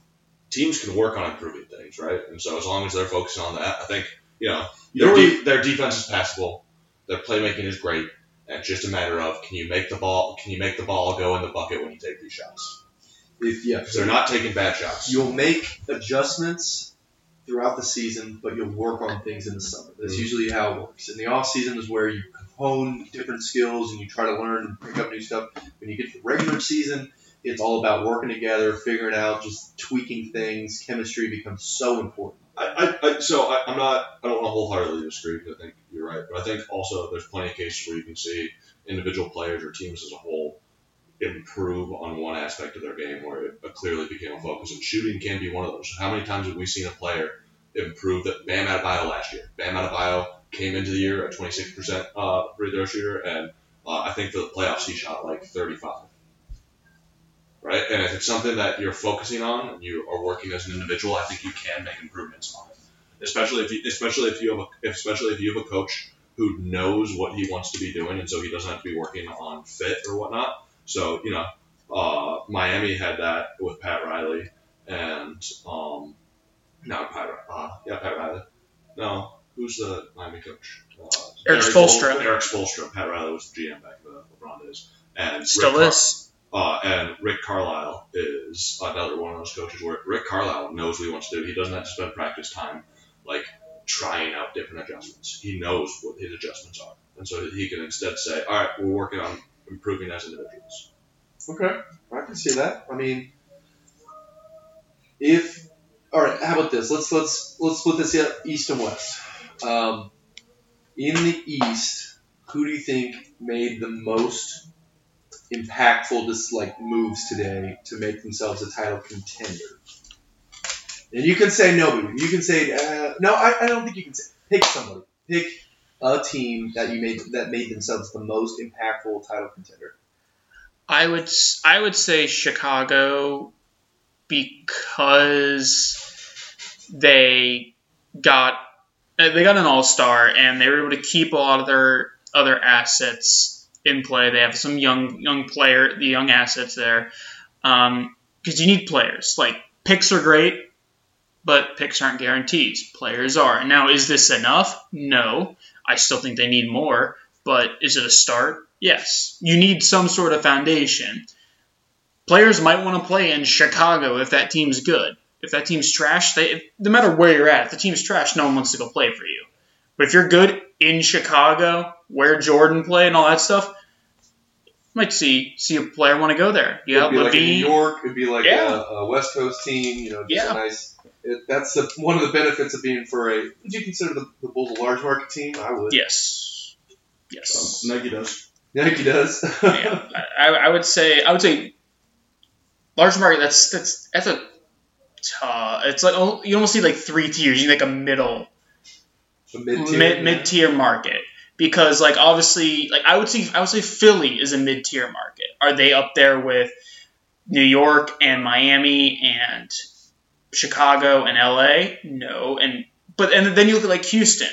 A: teams can work on improving things, right? And so as long as they're focusing on that, I think you know
B: You
A: their,
B: know
A: de- their defense is passable, their playmaking is great, and it's just a matter of can you make the ball can you make the ball go in the bucket when you take these shots?
B: if yeah,
A: Because they're not taking bad shots.
B: You'll make adjustments throughout the season, but you'll work on things in the summer. That's
A: Mhm.
B: usually how it works. In the off season is where you hone different skills and you try to learn and pick up new stuff. When you get to the regular season, it's all about working together, figuring out, just tweaking things. Chemistry becomes so important.
A: I, I, I so I, I'm not I don't want to wholeheartedly disagree because I think you're right, but I think also there's plenty of cases where you can see individual players or teams as a whole improve on one aspect of their game where it clearly became a focus, and shooting can be one of those. How many times have we seen a player improve? That Bam Adebayo last year, Bam Adebayo came into the year at 26% uh, free throw shooter, and uh, I think for the playoffs he shot like 35 right? And if it's something that you're focusing on and you are working as an individual, I think you can make improvements on it. Especially if you, especially if you have a, especially if you have a coach who knows what he wants to be doing, and so he doesn't have to be working on fit or whatnot. So you know, uh, Miami had that with Pat Riley and um, not Pat, Ri- uh, yeah, Pat Riley. No, who's the Miami coach? Uh,
C: Eric Spoelstra.
A: Eric Spolstra. Pat Riley was the GM back in the LeBron days, and Rick
C: Still
A: Carl-
C: is.
A: uh, and Rick Carlisle is another one of those coaches where Rick Carlisle knows what he wants to do. He doesn't have to spend practice time like trying out different adjustments. He knows what his adjustments are, and so he can instead say, "All right, we're working on improving as individuals."
B: Okay, I can see that. I mean, if all right, how about this? Let's let's let's split this up east and west. Um, in the east, who do you think made the most impactful just like moves today to make themselves a title contender? And you can say nobody. You can say uh, no. I, I don't think you can say pick somebody. Pick a team that you made that made themselves the most impactful title contender.
C: I would s- I would say Chicago because they got uh, they got an all star and they were able to keep a lot of their other assets in play. They have some young young player the young assets there. Um, because you need players. Like picks are great, but picks aren't guarantees. Players are. And Now, is this enough? No. I still think they need more, but is it a start? Yes. You need some sort of foundation. Players might want to play in Chicago if that team's good. If that team's trash, they if, no matter where you're at, if the team's trash, no one wants to go play for you. But if you're good in Chicago, where Jordan played and all that stuff, might see see a player want to go there. You
B: it'd
C: have
B: be like a
C: Levine.
B: New York. It'd be like
C: Yeah.
B: a, a West Coast team. You know, just
C: Yeah.
B: a nice. It, that's the, one of the benefits of being for a. Would you consider the, the Bulls a large market team? I [LAUGHS] would.
C: yes. Yes.
A: Um, Nike does.
B: Nike does.
C: [LAUGHS] yeah, I, I would say I would say large market. That's that's that's a tough. It's like al- you almost need like three tiers. You need like a middle
B: [LAUGHS] A mid-tier.
C: mid mid tier market because like obviously like I would say I would say Philly is a mid tier market. Are they up there with New York and Miami and Chicago and LA? No, and but and then you look at like Houston.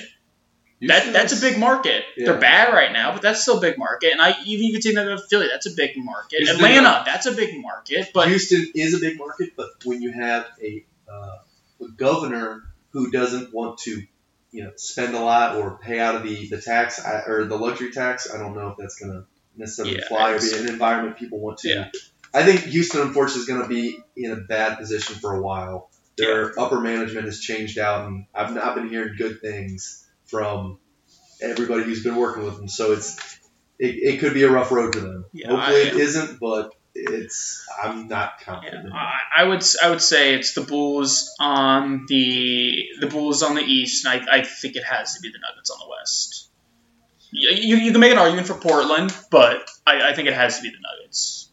C: That, that's a big market.
B: Yeah.
C: They're bad right now, but that's still a big market. And I even you could take that to Philly. That's a big market.
B: Is there-
C: Atlanta, that's a big market. But
B: Houston is a big market, but when you have a, uh, a governor who doesn't want to, you know, spend a lot or pay out of the the tax I, or the luxury tax, I don't know if that's going to necessarily
C: Yeah,
B: fly or be
C: it's-
B: an environment people want to.
C: Yeah.
B: I think Houston, unfortunately, is going to be in a bad position for a while. Their upper management has changed out, and I've not been hearing good things from everybody who's been working with them. So it's it, it could be a rough road for them.
C: Yeah,
B: Hopefully,
C: I-
B: it isn't, but it's I'm not confident.
C: I, I would s- I would say it's the Bulls on the the Bulls on the East, and I, I think it has to be the Nuggets on the West. You, you, you can make an argument for Portland, but I, I think it has to be the Nuggets.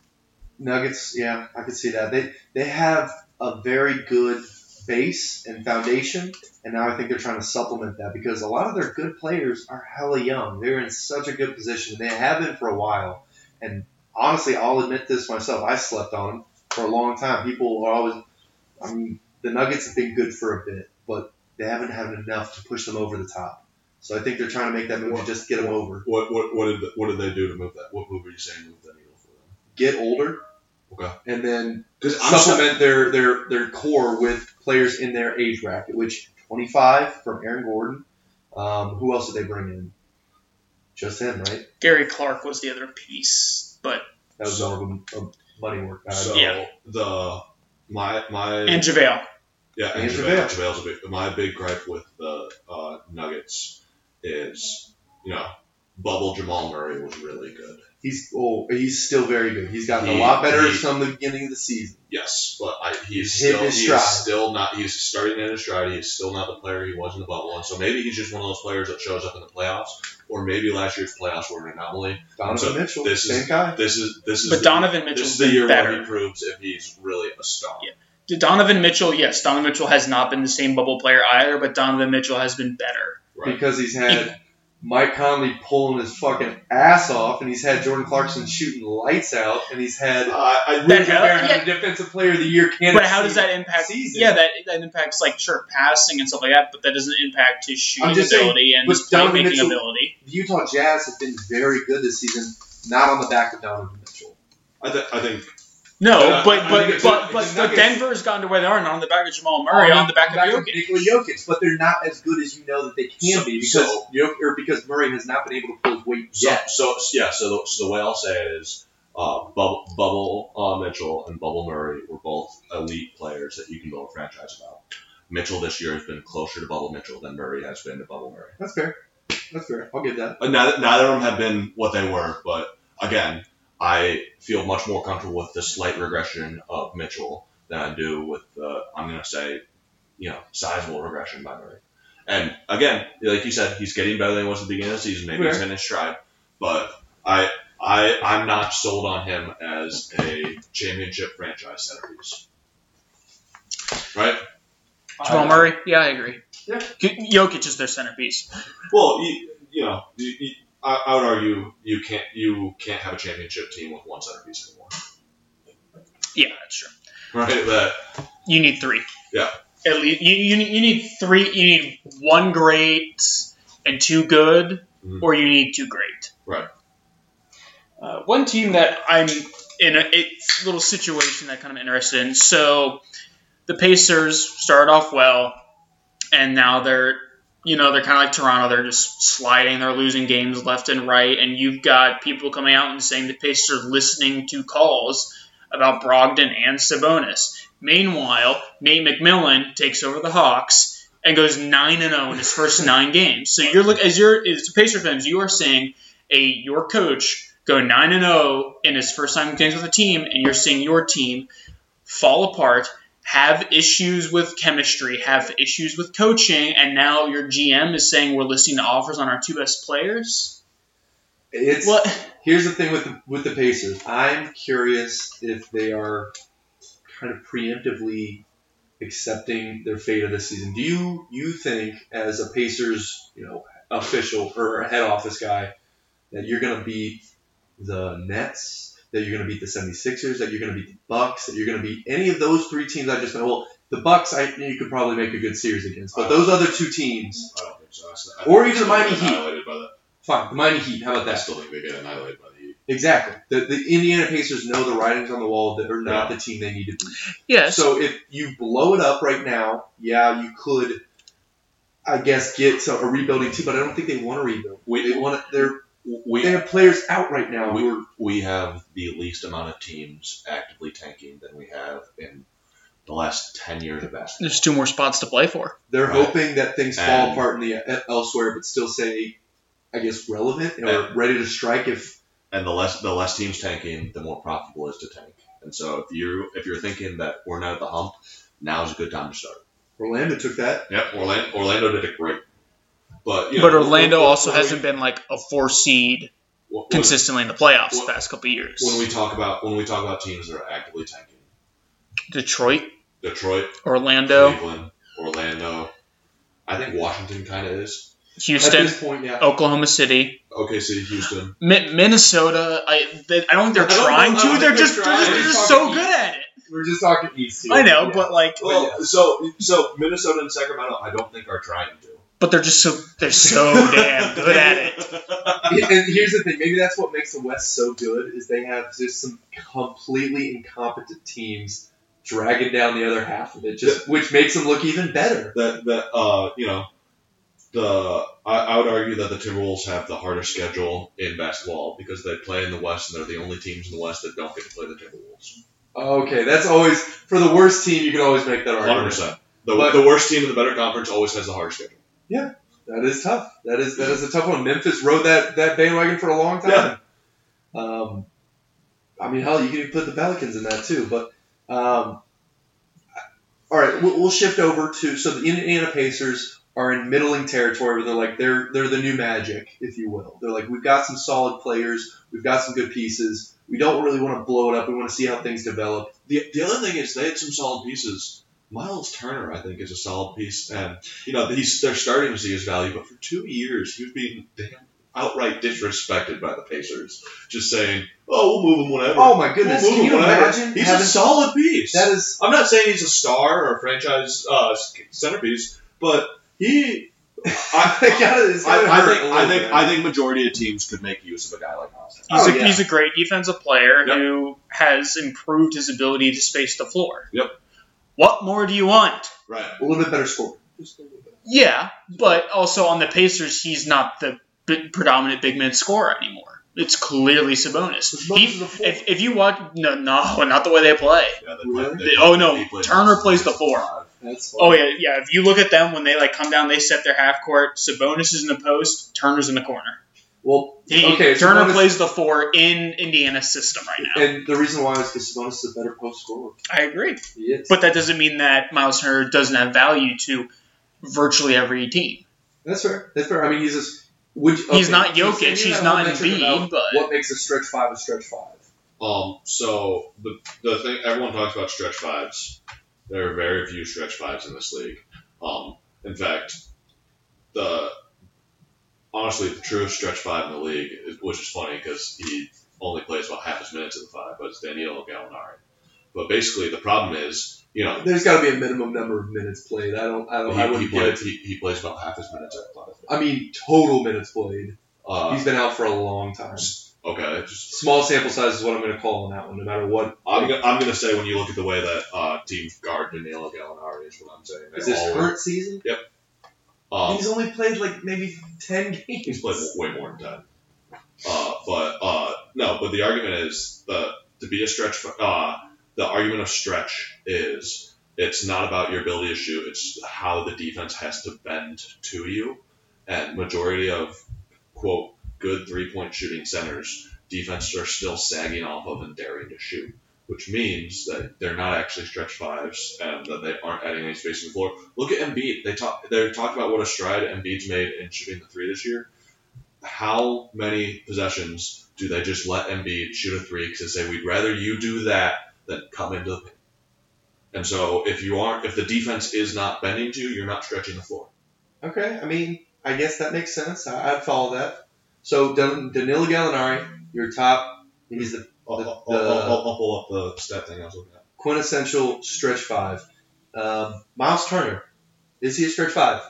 B: Nuggets, yeah, I could see that. They they have a very good base and foundation, and now I think they're trying to supplement that because a lot of their good players are hella young. They're in such a good position. They have been for a while, and honestly, I'll admit this myself. I slept on them for a long time. People are always, I mean, the Nuggets have been good for a bit, but they haven't had enough to push them over the top. So I think they're trying to make that move to just get them over,
A: What what what did what did they do to move that? What move are you saying moved that needle for them?
B: get older,
A: Okay.
B: and then
A: Because I'm still,
B: supplement their, their their core with players in their age bracket, which 25 from Aaron Gordon. Um, who else did they bring in? Just him, right?
C: Gary Clark was the other piece, but
B: That was more of a, a money work uh, guy.
A: so
C: Yeah.
A: the my my
C: and JaVale.
A: Yeah, and
B: And
A: JaVale. JaVale's a big. My big gripe with the uh, Nuggets is, you know, Bubble Jamal Murray was really good.
B: He's oh, he's still very good. He's gotten
A: He-
B: a lot better
A: he-
B: from the beginning of the season.
A: Yes, but I, he's
B: Hit
A: still
B: his
A: he
B: stride.
A: is still not. He's starting to hit his stride. He's still not the player he was in the bubble, and so maybe he's just one of those players that shows up in the playoffs, or maybe last year's playoffs were an anomaly.
B: Donovan
A: So,
B: Mitchell,
A: this is-
B: same guy.
A: This is this is
C: But
A: the,
C: Donovan
A: this
C: Mitchell's
A: is the year
C: been
A: where he
C: better.
A: proves if he's really a star.
C: Yeah. Donovan Mitchell, yes, Donovan Mitchell has not been the same bubble player either, but Donovan Mitchell has been better.
A: Right.
B: because he's had Mike Conley pulling his fucking ass off, and he's had Jordan Clarkson shooting lights out, and he's had
A: I, I
B: Rudy
C: hell-
B: Gobert having
C: yeah.
B: defensive player of the year candidate.
C: but how does that impact?
B: season.
C: Yeah, that, that impacts like sure passing and stuff like that, but that doesn't impact his shooting
B: I'm just
C: ability
B: saying,
C: and
B: but
C: his
B: Donovan
C: playmaking
B: Mitchell-
C: ability.
B: the Utah Jazz have been very good this season, not on the back of Donovan Mitchell.
A: I, th- I think
C: No,
A: Yeah,
C: but
A: I
C: but
A: mean, it's-
C: but
B: it's
C: but, but
B: Nuggets.
C: Denver's gone to where they are, not on the back of Jamal Murray, on the back of Jokic.
B: Nikola Jokic, but they're not as good as you know that they can
A: So-
B: be because
A: so-
B: Jok- or because Murray has not been able to pull his weight
A: So,
B: yet.
A: so yeah. So the, so the way I'll say it is, uh, Bubble, Bubble uh, Mitchell and Bubble Murray were both elite players that you can build a franchise about. Mitchell this year has been closer to Bubble Mitchell than Murray has been to Bubble Murray.
B: That's fair. That's fair. I'll give that.
A: Uh, Neither, neither of them have been what they were, but again, I feel much more comfortable with the slight regression of Mitchell than I do with the, I'm going to say, you know, sizable regression by Murray. And again, like you said, he's getting better than he was at the beginning of the season. Maybe he's
B: Fair.
A: in his stride, but I, I, I'm not sold on him as a championship franchise centerpiece. Right?
C: Jamal
F: I-
C: Murray, yeah, I agree.
B: Yeah.
C: Jokic is their centerpiece.
A: Well, you, you know, you, you, I, I would argue you can't, you can't have a championship team with one centerpiece anymore.
C: Yeah, that's true.
A: right? That
C: You need three.
A: Yeah.
C: At least you, you, need- you need three. You need one great and two good,
A: Mhm.
C: or you need two great.
A: Right.
C: Uh, one team that I'm in a, it's a little situation that kind of interested in. So the Pacers started off well, and now they're you know they're kind of like Toronto. They're just sliding. They're losing games left and right, and you've got people coming out and saying the Pacers are listening to calls about Brogdon and Sabonis. Meanwhile, Nate McMillan takes over the Hawks and goes nine and zero in his
B: [LAUGHS]
C: first nine games. So you're look as you're as Pacers fans, you are seeing a your coach go nine and zero in his first time games with a team, and you're seeing your team fall apart, have issues with chemistry, have issues with coaching, and now your GM is saying we're listening to offers on our two best players.
B: It's
C: What?
B: here's the thing with the, with the Pacers. I'm curious if they are kind of preemptively accepting their fate of this season. Do you you think as a Pacers you know official or a head office guy that you're going to beat the Nets? That you're going to beat the 76ers, that you're going to beat the Bucks, that you're going to beat any of those three teams I just mentioned. Well, the Bucks, I you could probably make a good series against, but those other two teams,
A: I don't think so. I s- I
B: Or
A: think
B: even
A: they're
B: Miami
A: still
B: Heat.
A: annihilated by the-
B: fine. The Miami Heat, how about
A: I
B: that?
A: still think they get annihilated by the Heat.
B: Exactly. The, the Indiana Pacers know the writing's on the wall that they're not the team they need to be.
C: Yes.
B: So if you blow it up right now, yeah, you could, I guess, get some, a rebuilding team, but I don't think they want to rebuild.
G: We-
B: They want to, they're
G: We
B: they have players out right now.
G: we,
B: who are-
G: we have the least amount of teams actively tanking than we have in the last 10 years of basketball.
C: There's two more spots to play for.
B: they're
G: Right.
B: hoping that things
G: And-
B: fall apart in the e, elsewhere, but still say, I guess, relevant or
G: And-
B: ready to strike if
G: And the less the less teams tanking, the more profitable it is to tank. And so if you if you're thinking that we're not at the hump, now's a good time to start.
B: Orlando took that.
A: Yep, Orlando, Orlando did it great. But, you
C: but
A: know,
C: Orlando
A: when- when-
C: also
A: when we-
C: hasn't been like a four seed
A: when- when-
C: consistently in the playoffs the
A: Well,
C: past couple years.
A: when we talk about when we talk about teams that are actively tanking,
C: Detroit,
A: Detroit,
C: Orlando,
A: Cleveland, Orlando. I think Washington kind of is.
B: At
C: Houston,
B: this point, yeah.
C: Oklahoma City,
A: OKC, Houston.
C: Mi- Minnesota. I they, I don't think they're
A: I don't
C: trying
A: know, I don't
C: to. They're
A: think
C: just
A: they're
C: they're,
A: trying.
C: just
B: They're
C: so
B: talking
C: good at it.
B: We're just talking East. here.
C: I know,
B: Yeah.
C: but like,
A: Well, so so Minnesota and Sacramento, I don't think are trying to.
C: but they're just so
A: [LAUGHS]
C: they're so damn good at it.
B: and here's the thing. Maybe that's what makes the West so good is they have just some completely incompetent teams dragging down the other half of it, just which makes them look even better.
A: That that uh you know the I, I would argue that the Timberwolves have the hardest schedule in basketball because they play in the West and they're the only teams in the West that don't get to play the Timberwolves.
B: Okay, that's always for the worst team. You can always make that
A: Hundred
B: argument.
A: percent. The,
B: But-
A: the worst team in the better conference always has the hardest schedule.
B: That is tough. That is that is a tough one. Memphis rode that that bandwagon for a long time. Um, I mean, hell, you can even put the Pelicans in that too. But um, I- all right, we'll, we'll shift over to so the Indiana Pacers are in middling territory where they're like they're they're the new Magic, if you will. They're like we've got some solid players, we've got some good pieces. We don't really want to blow it up. We want to see how things develop.
A: The, the other thing is they had some solid pieces. Miles Turner, I think, is a solid piece, and you know he's they're starting to see his value. But for two years, he was being damn outright disrespected by the Pacers, just saying, "Oh, we'll move him whenever."
B: Oh my goodness!
A: we'll move
B: Can
A: him
B: you
A: whenever.
B: imagine?
A: He's
B: having-
A: a solid piece.
B: that is [LAUGHS]
A: I'm not saying he's a star or a franchise uh, centerpiece, but he.
B: [LAUGHS]
A: I,
B: gotta- it's
A: I,
B: gotta
A: I
B: hurt
A: think
B: a
A: I
B: little
A: think
B: bit.
A: I think majority of teams could make use of a guy like Miles. Turner.
C: He's,
B: Oh,
C: a,
B: yeah.
C: he's a great defensive player
A: Yep.
C: who has improved his ability to space the floor.
A: Yep.
C: What more do you want?
A: Right.
B: a little bit better score. Just a little bit.
C: Yeah, but also on the Pacers, he's not the b- predominant big man scorer anymore. It's clearly Sabonis.
B: Sabonis
C: He,
B: is a four.
C: if, if you watch, no, no, [LAUGHS] not the way they play.
A: Yeah, they
B: Really?
A: play-
C: They-
A: they-
C: oh
A: they
C: no,
A: play
C: Turner
A: Miles
C: plays the
A: Turner.
C: four.
B: That's
C: Oh yeah, yeah. If you look at them when they like come down, they set their half court. Sabonis is in the post. Turner's in the corner.
B: Well,
C: He,
B: okay.
C: Turner
B: Sabonis-
C: plays the four in Indiana's system right now.
B: and the reason why is because Sabonis is a better post scorer.
C: I agree.
B: He is.
C: But that doesn't mean that Miles Turner doesn't have value to virtually every team.
B: that's fair. That's fair. I mean, he's just. Would you-
C: He's
B: okay,
C: not
B: so
C: Jokic.
B: you
C: He's
B: have
C: not
B: a metric
C: Embiid.
B: about
C: But
B: What makes a stretch five a stretch five?
A: Um, so the the thing everyone talks about stretch fives. There are very few stretch fives in this league. Um, in fact, the honestly the truest stretch five in the league, is- which is funny because he only plays about half his minutes of the five, but it's Danilo Gallinari. But basically, the problem is, you know,
B: There's got to be a minimum number of minutes played. I don't. I don't.
A: he,
B: I
A: he,
B: wouldn't get
A: plays,
B: it.
A: he, he plays about half his minutes at the five.
B: I mean, total minutes played.
A: Uh,
B: he's been out for a long time.
A: Okay.
B: Small sample size is what I'm going to call on that one, no matter what.
A: I'm, go- I'm going to say when you look at the way that uh, teams guard Danilo Gallinari is what I'm saying. They
B: Is this
A: always-
B: current season?
A: um,
B: He's only played like maybe 10 games.
A: He's played way more than ten. Uh, but uh, no, but the argument is the to be a stretch. Uh, the argument of stretch is it's not about your ability to shoot; it's how the defense has to bend to you. And majority of quote good three point shooting centers, defense are still sagging off of and daring to shoot. Which means that they're not actually stretch fives and that they aren't adding any space to the floor. Look at Embiid. They talk. They talked about what a stride Embiid's made in shooting the three this year how many possessions do they just let Embiid shoot a three because they say we'd rather you do that than come into the paint. And so if you aren't, if the defense is not bending to you, you're not stretching the floor.
B: Okay, I mean, I guess that makes sense. I, I'd follow that. So Dan- Danilo Gallinari, your top, he's the
A: I'll,
B: The-
A: I'll- I'll- I'll- I'll pull up the stat thing I was looking at.
B: quintessential stretch five. Um, Miles Turner, is he a stretch five?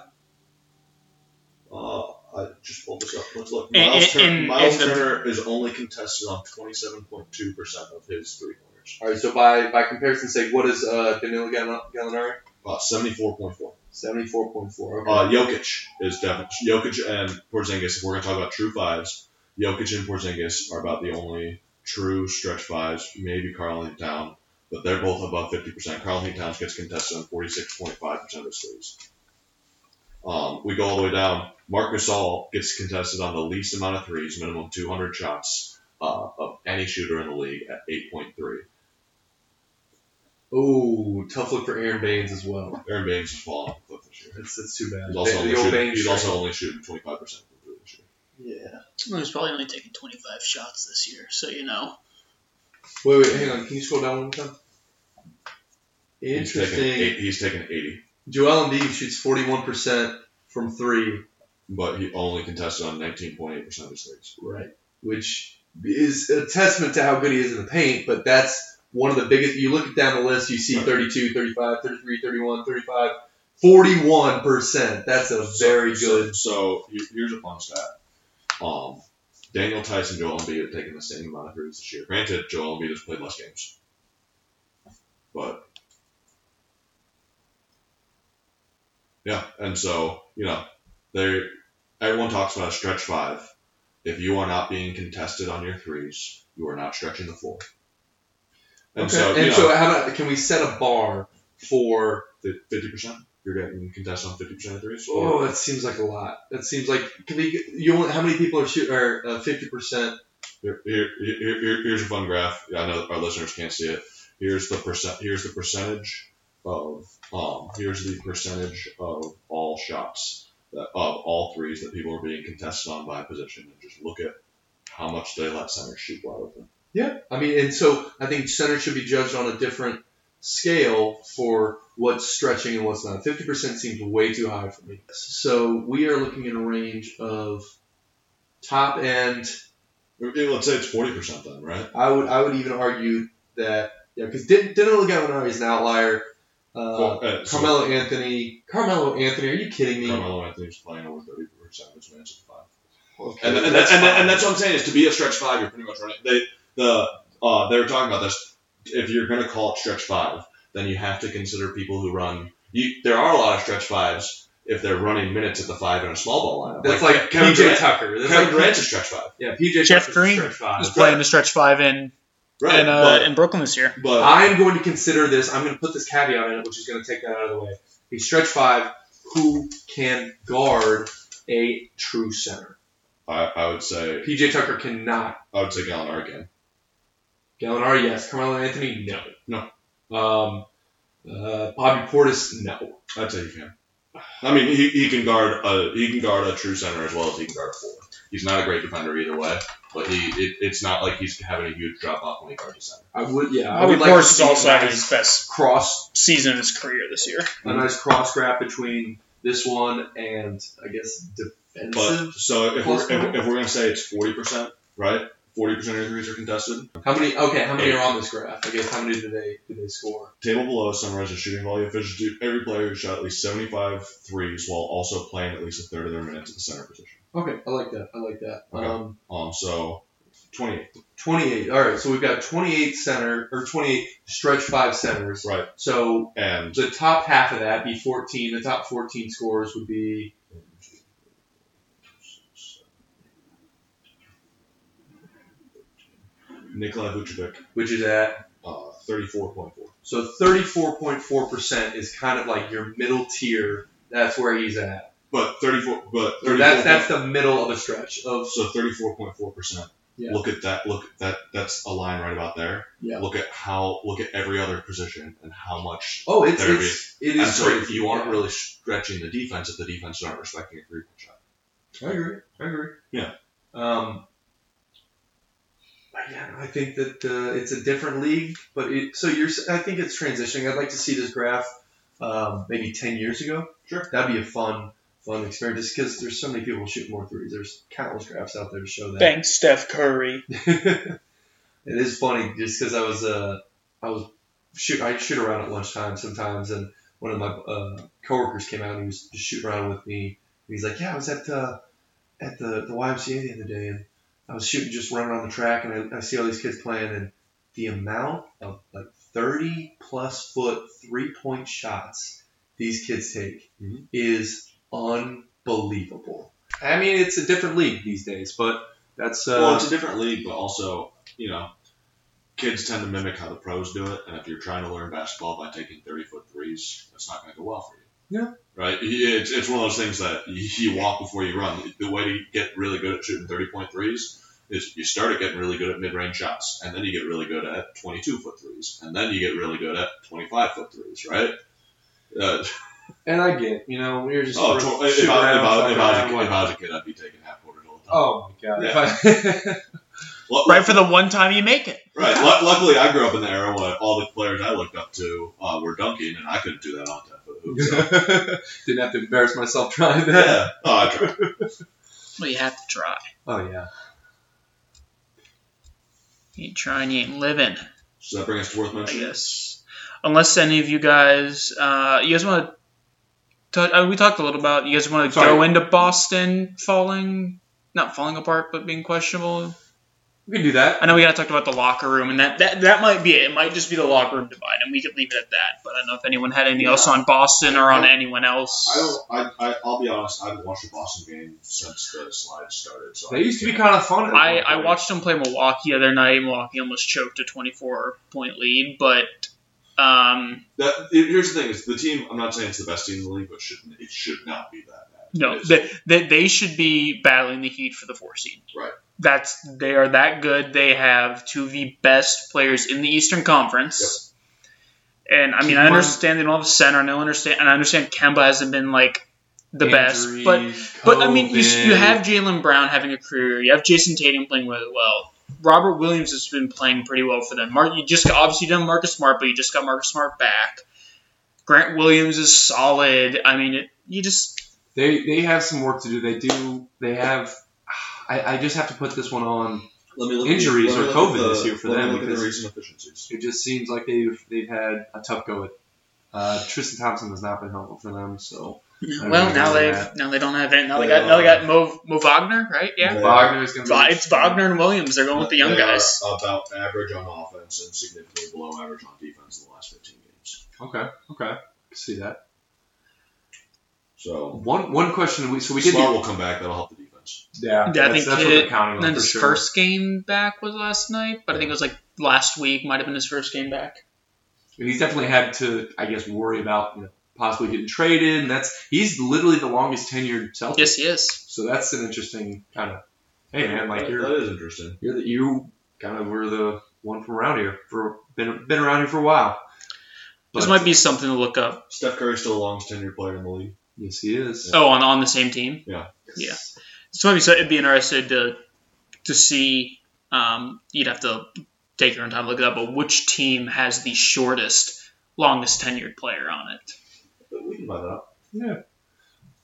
A: Uh, I just pulled this up. Let's look.
C: In-
A: Miles, Tur-
C: in-
A: Miles
C: in the-
A: Turner is only contested on 27.2% of his three pointers.
B: All right, so by, by comparison, say what is uh, Danilo Gall- Gallinari?
A: Uh, 74.4.
B: Seventy-four point four. Okay.
A: Uh, Jokic is definitely Jokic and Porzingis. If we're gonna talk about true fives, Jokic and Porzingis are about the only true stretch fives. Maybe Carl Anthony Town, but they're both above fifty percent. Carl Anthony Towns gets contested on forty-six point five percent of his threes. Um, we go all the way down. Marc Gasol gets contested on the least amount of threes, minimum two hundred shots uh, of any shooter in the league at eight point three.
B: Oh, tough look for Aaron Baines as well.
A: Aaron Baines is falling off the cliff this year.
B: That's, that's too bad.
A: He's also,
B: the,
A: only
B: the old
A: shooting,
B: Baines.
A: he's
B: trade.
A: also only shooting twenty-five percent from three this year.
B: yeah.
H: Well, he's probably only taking 25 shots this year, so you know.
B: Wait, wait, hang on. Can you scroll down one more time?
A: He's taken
B: Interesting.
A: eight- He's taken 80,
B: Joel Embiid shoots forty-one percent from three.
A: but he only contested on 19.8% of his threes.
B: Right. Which is a testament to how good he is in the paint, but that's one of the biggest. You look down the list, you see
A: Right.
B: 32, 35, 33, 31, 35, 41%. That's a very
A: So-
B: good.
A: So, here- here's a fun stat. Um, Daniel Tyson, Joel Embiid have taken the same amount of threes this year. Granted, Joel Embiid has played less games, but yeah, and so you know, they everyone talks about a stretch five. If you are not being contested on your threes, you are not stretching the floor. And
B: okay.
A: so, you know,
B: how about can we set a bar for.
A: fifty percent. You're getting contested on fifty percent of threes.
B: Oh, that seems like a lot. That seems like. Can we, you want, how many people are shoot are uh, 50%?
A: Here, here, here, here- here's a fun graph. I know our listeners can't see it. Here's the percent. Here's the percentage of. Um, here's the percentage of all shots that, of all threes that people are being contested on by position, and just look at how much they let centers shoot wide open.
B: Yeah. I mean, and so I think center should be judged on a different scale for what's stretching and what's not. 50% seems way too high for me. So we are looking at a range of top end.
A: Maybe Let's say it's forty percent then, right?
B: I would I would even argue that, yeah, because Danilo Gallinari is an outlier. Uh,
A: Well, uh, so
B: Carmelo Anthony. Carmelo Anthony, are you kidding me?
A: Carmelo Anthony's playing over thirty percent of his minutes at five.
B: Okay,
A: And, and,
B: that's
A: that's and,
B: fine.
A: and that's what I'm saying is to be a stretch five, you're pretty much running. They the uh, they were talking about this. If you're going to call it stretch five, then you have to consider people who run. You, there are a lot of stretch fives if they're running minutes at the five in a small ball lineup.
B: That's
A: like,
B: like,
A: Kevin
B: PJ
A: Durant.
B: Tucker. That's
A: Kevin
B: like,
A: Durant's a stretch five,
B: Yeah, PJ
C: Jeff
B: Tucker's
C: Green
B: stretch five.
C: He's playing the stretch five in
A: right?
C: in, uh,
A: but
C: in Brooklyn this year.
A: but
B: I'm going to consider this. I'm going to put this caveat in it, which is going to take that out of the way. A stretch five who can guard a true center.
A: I, I would say
B: PJ Tucker cannot.
A: I would say Gallinari again.
B: Gallinari, yes. Carmelo Anthony, no.
A: No.
B: Um, uh, Bobby Portis, no.
A: I'd say he can. I mean, he, he can guard a he can guard a true center as well as he can guard a forward. He's not a great defender either way, but he it, it's not like he's having a huge drop off when he guards a center.
B: I would, yeah. I
C: Bobby
B: would like to
C: Portis is
B: see
C: also
B: a
C: having
B: nice
C: his best
B: cross,
C: season of his career this year.
B: a nice cross grab between this one and I guess
A: But
B: defensive.
A: so if we're,
B: Close
A: if,
B: one?
A: if we're gonna say it's forty percent, right? Forty percent of your threes are contested.
B: how many? Okay, how many are on this graph? I guess how many do they do they score?
A: Table below summarizes shooting volume efficiency. Every player who shot at least 75 threes while also playing at least a third of their minutes at the center position.
B: Okay, I like that. I like that.
A: Okay.
B: Um,
A: Um, so 28.
B: 28. All right, so we've got 28 center or 28 stretch five centers.
A: Right.
B: So
A: And
B: the top half of that be 14. The top 14 scores would be
A: Nikolai Vucevic,
B: which is at
A: uh, 34.4.
B: So 34.4% is kind of like your middle tier. That's where he's at.
A: But 34, but
B: Or
A: 34
B: that's that's the middle of a stretch of
A: so 34.4%.
B: Yeah.
A: Look at that. Look at that. That's a line right about there.
B: Yeah.
A: Look at how, look at every other position and how much.
B: oh it's
A: There
B: it's it
A: And
B: is
A: so
B: crazy.
A: if you aren't really stretching the defense, if the defense aren't respecting a three point shot.
B: I agree. I agree.
A: Yeah.
B: Um. But yeah, I think that uh, it's a different league, but it, so you're. s- I think it's transitioning. I'd like to see this graph, um, maybe ten years ago.
A: Sure.
B: That'd be a fun, fun experiment. Just because there's so many people shooting more threes. There's countless graphs out there to show that.
I: Thanks, Steph Curry.
B: [LAUGHS] it is funny just because I was uh I was shoot I shoot around at lunchtime sometimes and one of my uh, coworkers came out and he was just shooting around with me and he's like yeah I was at uh, at the the YMCA the other day and I was shooting just running around the track and I, I see all these kids playing and the amount of like 30 plus foot three point shots these kids take
A: Mhm.
B: is unbelievable. Mm-hmm. I mean it's a different league these days but that's uh,
A: well, it's a different league, but also, you know, kids tend to mimic how the pros do it. And if you're trying to learn basketball by taking 30 foot threes, that's not going to go well for you.
B: Yeah.
A: Right? It's, it's one of those things that you, you walk before you run. The way to get really good at shooting 30 point threes is you start at getting really good at mid range shots, and then you get really good at 22 foot threes, and then you get really good at 25 foot threes, right? Uh,
B: And I get, you know, we were just
A: oh,
B: sort of
A: tw- if,
B: shooting
A: I, if,
B: around,
A: I,
B: fucking
A: if, I was a,
B: around,
A: kid-
B: like,
A: if I was a kid, I'd be taking half quarter all the time.
B: oh my god! If I, Oh,
A: Lu-
I: Right for the one time you make it.
A: Right. Lu luckily, I grew up in the era when all the players I looked up to uh, were dunking, and I couldn't do that on top of hoops.
B: [LAUGHS]
A: So,
B: didn't have to embarrass myself trying that.
A: yeah. Oh, I tried.
C: Well, you have to try.
B: Oh yeah.
C: You ain't trying, you ain't living.
A: Does that bring us to worth
C: I
A: mentioning?
C: guess. Unless any of you guys, uh, you guys want to. I mean, we talked a little about you guys want to
F: Sorry.
C: go into Boston falling, not falling apart, but being questionable.
B: We can do that.
C: I know we got to talk about the locker room, and that, that that might be it. It might just be the locker room divide, and we could leave it at that. But I don't know if anyone had anything else on Boston or on
A: Yeah.
C: anyone else.
A: I don't. I, I. I'll be honest. I haven't watched a Boston game since the slide started. So
B: They used to be kind of fun. at one
C: I, I
B: point.
C: watched them play Milwaukee the other night. Milwaukee almost choked a 24 point lead, but um,
A: That, here's the thing: is the team. I'm not saying it's the best team in the league, but should it should not be that bad.
C: no,
A: It is.
C: they, they, they should be battling the Heat for the four seed.
A: Right.
C: That's they are that good. They have two of the best players in the Eastern Conference. And I mean,
B: Kemba.
C: I understand they don't have a center, and I understand, and I understand Kemba hasn't been like the best,
B: Injuries,
C: but [LAUGHS] But I mean, you, you
B: COVID.
C: have Jalen Brown having a career. You have Jason Tatum playing really well. Robert Williams has been playing pretty well for them. Mark, you just got, obviously done Marcus Smart, but you just got Marcus Smart back. Grant Williams is solid. I mean, it, you just
F: They they have some work to do. They do. They have. I, I just have to put this one on.
A: Let me look
F: Injuries
A: at the,
F: or
A: let me look at
F: COVID
A: the,
F: this year for
A: let me
F: them
A: Look at
F: because-
A: the recent efficiencies.
F: It just seems like they've they've had a tough go at. Uh, Tristan Thompson has not been helpful for them. So I
C: well
F: mean,
C: now
F: they're
C: they've
F: not-
C: now they don't have any, now they got now they got Mo, Mo Wagner right yeah
A: They are-
F: Wagner's gonna
C: Va-
F: be.
C: it's Wagner and Williams they're going with the young
A: they are
C: guys
A: about average on offense and significantly below average on defense in the last 15 games.
F: Okay. Okay. I can See that.
A: So
F: One one question. We so we did.
A: Smart will come back. That'll help the defense.
F: yeah.
C: I
F: that's,
C: think
F: that's what
C: it-
F: they're counting
C: and
F: on
C: then
F: for
C: his
F: sure.
C: first game back was last night but I think it was like last week might have been his first game back
F: And he's definitely had to, I guess, worry about you know, possibly getting traded, and that's he's literally the longest tenured Celtic.
C: yes he is
F: So that's an interesting kind of. Hey man, like
A: That-
F: you're
A: that is interesting.
F: you're the, you kind of were the one from around here for been been around here for a while.
C: this
F: But-
C: might be something to look up
A: Steph Curry's still the longest tenured player in the league.
F: Yes, he is.
C: Oh, on on the same team. Yeah. So maybe so it'd be interested to to see. Um, you'd have to take your own time to look it up, but which team has the shortest, longest tenured player on it?
A: But we can buy that up.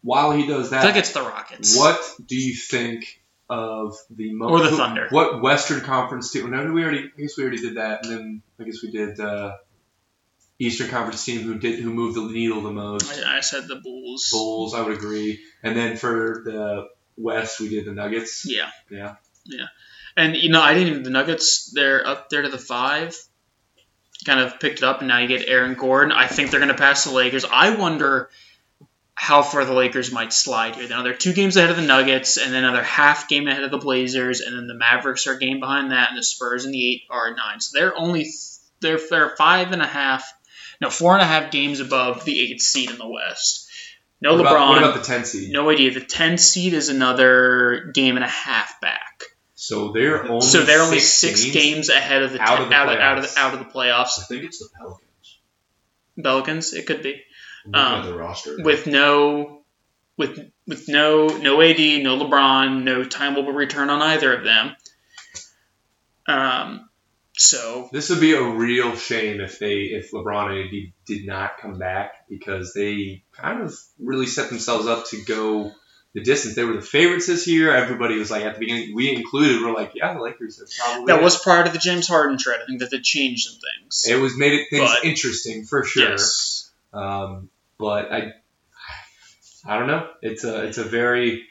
F: While he does
C: I think
F: that,
C: it's the Rockets.
F: Uh, what do you think of the mo-
C: Or the
F: who-
C: Thunder.
F: What Western Conference team? No, we already. I guess we already did that, and then I guess we did uh, Eastern Conference team who did who moved the needle the most.
C: I, I said the Bulls.
F: Bulls, I would agree. And then for the West, we did the Nuggets.
C: Yeah.
F: Yeah.
C: Yeah. And you know, I didn't even the Nuggets. They're up there to the five. Kind of picked it up, and now you get Aaron Gordon. I think they're going to pass the Lakers. I wonder how far the Lakers might slide here. Now they're two games ahead of the Nuggets, and then another half game ahead of the Blazers, and then the Mavericks are a game behind that, and the Spurs and the eight are nine. So they're only they're they're five and a half, no four and a half games above the eighth seed in the West. No
F: what
C: LeBron.
F: About, what about the 10 seed?
C: no idea. The 10 seed is another game and a half back.
F: So they're only
C: so they're only
F: six,
C: six games, ahead of the
F: out
C: ten-
F: of the
C: out, of, out, of
F: playoffs.
C: the, out of the
B: I
C: playoffs.
B: think it's the Pelicans.
C: Pelicans, it could be
B: I'm looking at
C: Um,
B: their roster.
C: with no with with no no AD, no LeBron, no time will return on either of them. Um, so
F: This would be a real shame if they if LeBron and AD did not come back because they kind of really set themselves up to go the distance. They were the favorites this year. Everybody was like at the beginning, we included, we're like, yeah, the Lakers are probably
C: that was prior to the James Harden trade. I think that they changed some things.
F: it was made it things
C: But-
F: interesting for sure.
C: Yes.
F: Um, but I I don't know. It's a it's a very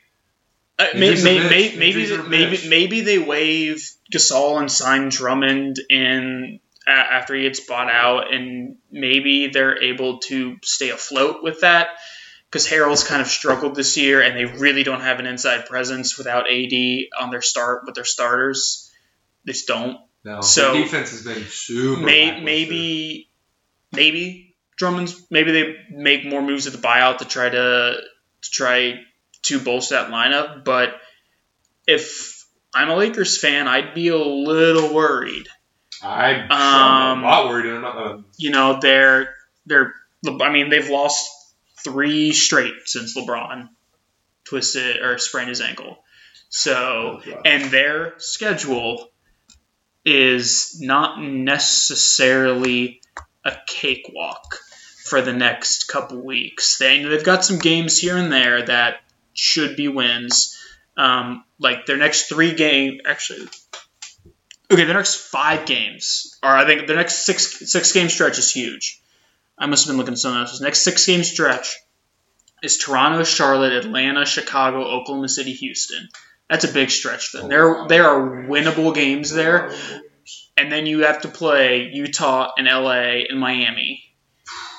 C: Uh, may,
F: Injuries are
C: may, may,
F: bitch.
C: maybe
F: Injuries are
C: th- maybe
F: bitch.
C: maybe they waive Gasol and sign Drummond in a after he gets bought out, and maybe they're able to stay afloat with that because Harrell's kind of struggled this year, and they really don't have an inside presence without AD on their start with their starters. They just don't.
F: no
C: So-
F: the defense has been super
C: May,
F: lackluster.
C: maybe maybe Drummond's maybe they make more moves at the buyout to try to, to try to bolster that lineup, but if I'm a Lakers fan, I'd be a little worried.
F: I'm, sure I'm
C: Um,
F: a lot worried about uh,
C: You know, they're they're I mean, they've lost three straight since LeBron twisted or sprained his ankle. So, and their schedule is not necessarily a cakewalk for the next couple weeks. They, they've got some games here and there that should be wins. Um, like their next three game, actually, okay, their next five games, or I think their next six six game stretch is huge. I must have been looking at something else. Next six game stretch is Toronto, Charlotte, Atlanta, Chicago, Oklahoma City, Houston. That's a big stretch. Then there there are winnable games there, and then you have to play Utah and LA and Miami.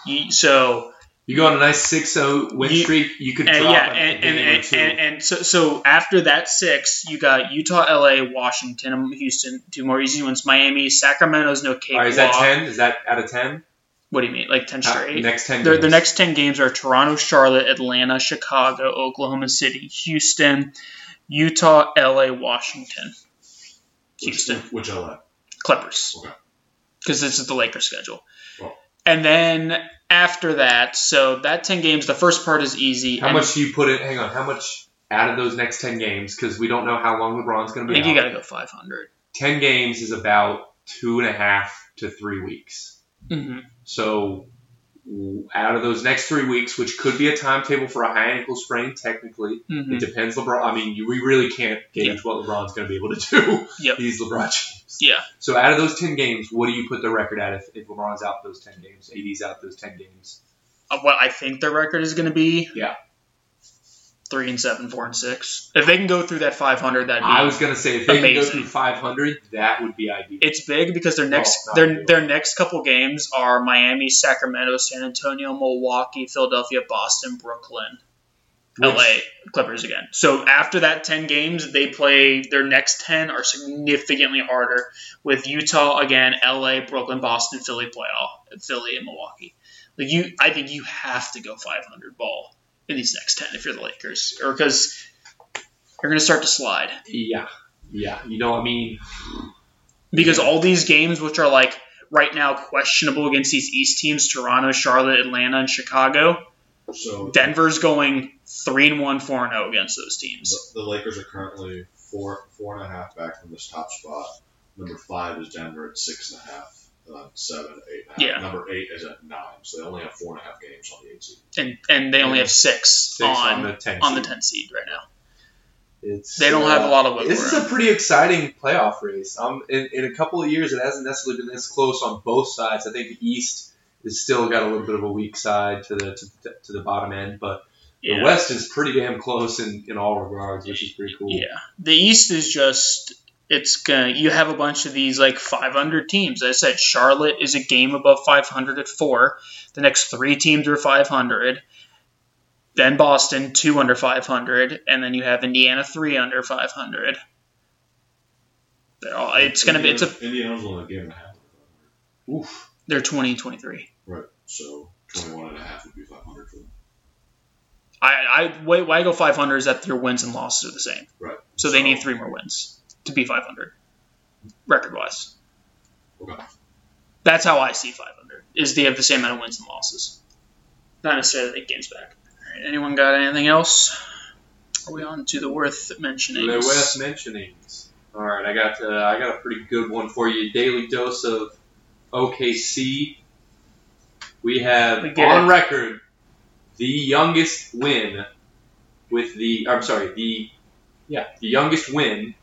C: You, so
F: You go on a nice 6-0 win
C: You-
F: streak. You could
C: and
F: drop
C: yeah,
F: a
C: and
F: game
C: and,
F: or
C: and,
F: two.
C: and, and so, so after that six, you got Utah, LA, Washington, and Houston, two more easy ones. Miami, Sacramento's no cake.
F: All right, is that ten? Is that out of ten?
C: What do you mean, like ten straight?
F: next ten.
C: Their,
F: games.
C: their next 10 games are Toronto, Charlotte, Atlanta, Chicago, Oklahoma City, Houston, Utah, LA, Washington,
B: which,
C: Houston,
B: which LA?
C: Clippers.
B: Okay.
C: Because this is the Lakers schedule.
B: Well.
C: And then after that, so that 10 games, the first part is easy.
F: How
C: and
F: much do you put in? Hang on. How much out of those next ten games? Because we don't know how long LeBron's going
C: I
F: to be.
C: think you
F: out.
C: got to go 500.
F: ten games is about two and a half to three weeks.
C: hmm
F: So w- out of those next three weeks, which could be a timetable for a high ankle sprain, technically,
C: hmm
F: it depends. LeBron. I mean, you, we really can't gauge
C: Yeah.
F: what LeBron's going to be able to do.
C: [LAUGHS] Yep.
F: He's LeBron James.
C: Yeah.
F: So out of those ten games, what do you put the record at if, if LeBron's out those ten games, AD's out those ten games?
C: Uh, What I think their record is going to be.
F: Yeah.
C: Three and seven, four and six. If they can go through that 500, that'd be
F: I was gonna say if they can go
C: Amazing.
F: through 500, that would be ideal.
C: it's big because
F: Oh,
C: their next
F: not
C: their
F: really.
C: their next couple games are Miami, Sacramento, San Antonio, Milwaukee, Philadelphia, Boston, Brooklyn, LA, Clippers again. So after that 10 games, they play their next 10 are significantly harder with Utah again, LA, Brooklyn, Boston, Philly playoff, Philly and Milwaukee. Like you I think you have to go 500 ball in these next 10 if you're the Lakers or cuz you're going to start to slide
F: yeah, yeah. You know, I mean,
C: because all these games, which are like right now questionable against these East teams, Toronto, Charlotte, Atlanta, and Chicago,
A: So the,
C: Denver's going three and one, four and zero against those teams.
A: the Lakers are currently four four and a half back from this top spot. Number five is Denver at six and a half. Uh, seven, eight. And a half.
C: Yeah.
A: Number eight is at nine, so they only have four and a half games on the eight seed.
C: And and they only have six,
F: six on,
C: on,
F: the 10.
C: on the
F: seed.
C: ten seed right now.
F: It's,
C: They don't
F: uh,
C: have a lot of wiggle
F: This is
C: room.
F: a pretty exciting playoff race. Um, in, in a couple of years, it hasn't necessarily been this close on both sides. I think the East has still got a little bit of a weak side to the to, the- to the bottom end, but
C: yeah.
F: the West is pretty damn close in, in all regards, which is pretty cool.
C: yeah. The East is just it's gonna you have a bunch of these like 500 teams. I said Charlotte is a game above 500 at four. The next three teams are 500. Then Boston two under 500, and then you have Indiana three under 500. They're all, it's gonna be it's a
A: Indiana's only a game and a half.
F: Oof.
C: they're 20 23.
A: Right. So 21 and a half would be 500 for them.
C: I, I why, why go 500 is that their wins and losses are the same.
A: Right.
C: So they
A: So-
C: need three more wins to be 500, record wise.
A: Okay.
C: That's how I see 500. Is they have the same amount of wins and losses, not necessarily the games back. All right, anyone got anything else? Are we on to the worth mentioning?
F: They're worth mentionings. All right, I got uh, I got a pretty good one for you. Daily dose of OKC. We have
C: We get
F: on record the youngest win with the I'm sorry the yeah the youngest win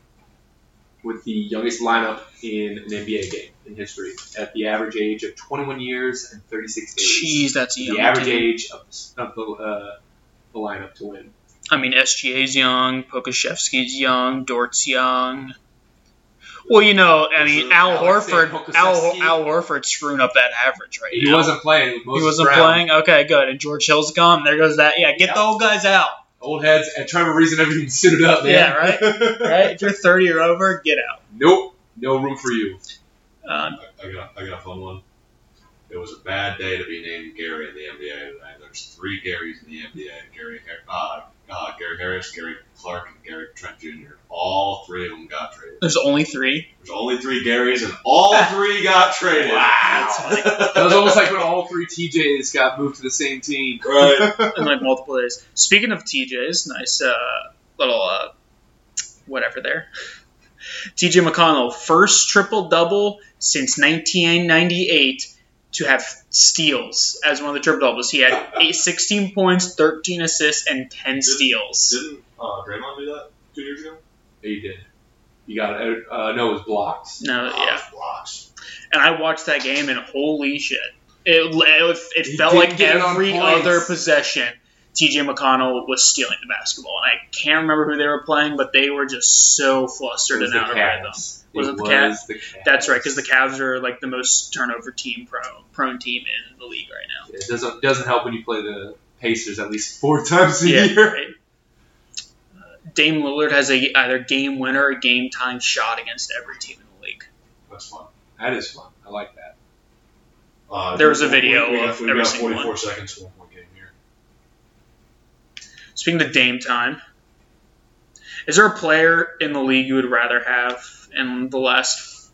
F: with the youngest lineup in an NBA game in history at the average age of 21 years and 36 days.
C: Jeez, that's a young
F: The average
C: team.
F: age of, of the, uh, the lineup to win.
C: I mean, SGA's young, Pokashevsky's young, Dort's young. Well, you know, I mean,
F: So,
C: Al
F: Alexei
C: Horford, Al,
F: Pokusevsky-
C: Al Horford's screwing up that average right
F: He
C: now.
F: wasn't playing. Moses
C: he wasn't
F: Brown.
C: playing. Okay, good. And George Hill's gone. There goes that. Yeah, get
F: Yeah.
C: the old guys out.
F: old heads and Trevor Reason never even [LAUGHS] suited up, man.
C: Yeah, right. right. If you're 30 or over, get out.
F: Nope. No room for you.
C: Um,
A: I, I got I got a fun one. It was a bad day to be named Gary in the NBA today. There's three Garys in the NBA: Gary, Har- uh, uh, Gary Harris, Gary Clark, and Gary Trent Jr. All three of them got traded.
C: there's only three.
A: There's only three Garys, and
C: [LAUGHS]
A: all three got traded.
C: Wow. That's
F: That was almost like when all three TJs got moved to the same team.
A: [LAUGHS] right.
C: And like multiple days. Speaking of TJs, nice uh, little uh, whatever there. TJ McConnell, first triple double since 1998 to have steals as one of the triple doubles. He had eight, 16 points, 13 assists, and 10 steals.
A: Didn't uh, Draymond do that two years ago?
F: He did. You got it. Uh, no, it was blocks.
C: No,
A: Oh,
C: yeah.
A: it's blocks.
C: and I watched that game, and holy shit, it it,
F: He
C: it felt
F: didn't
C: like
F: get it on
C: every
F: points.
C: other possession, TJ McConnell was stealing the basketball, and I can't remember who they were playing, but they were just so
F: It
C: flustered
F: was
C: and
F: the
C: out of rhythm.
F: Cavs.
C: Was it the Cavs?
F: the Cavs.
C: That's right, because the Cavs are like the most turnover team prone prone team in the league right now.
F: It doesn't doesn't help when you play the Pacers at least four [LAUGHS] times a year.
C: right. Uh, Dame Lillard has a either game winner or game time shot against every team in the league.
A: That's fun.
F: That is fun. I like that.
A: Uh,
C: There was a
A: we-
C: video
A: We, we,
C: of
A: got, we
C: every
A: got
C: single
A: 44 seconds to one point game here.
C: Speaking of Dame time, is there a player in the league you would rather have in the last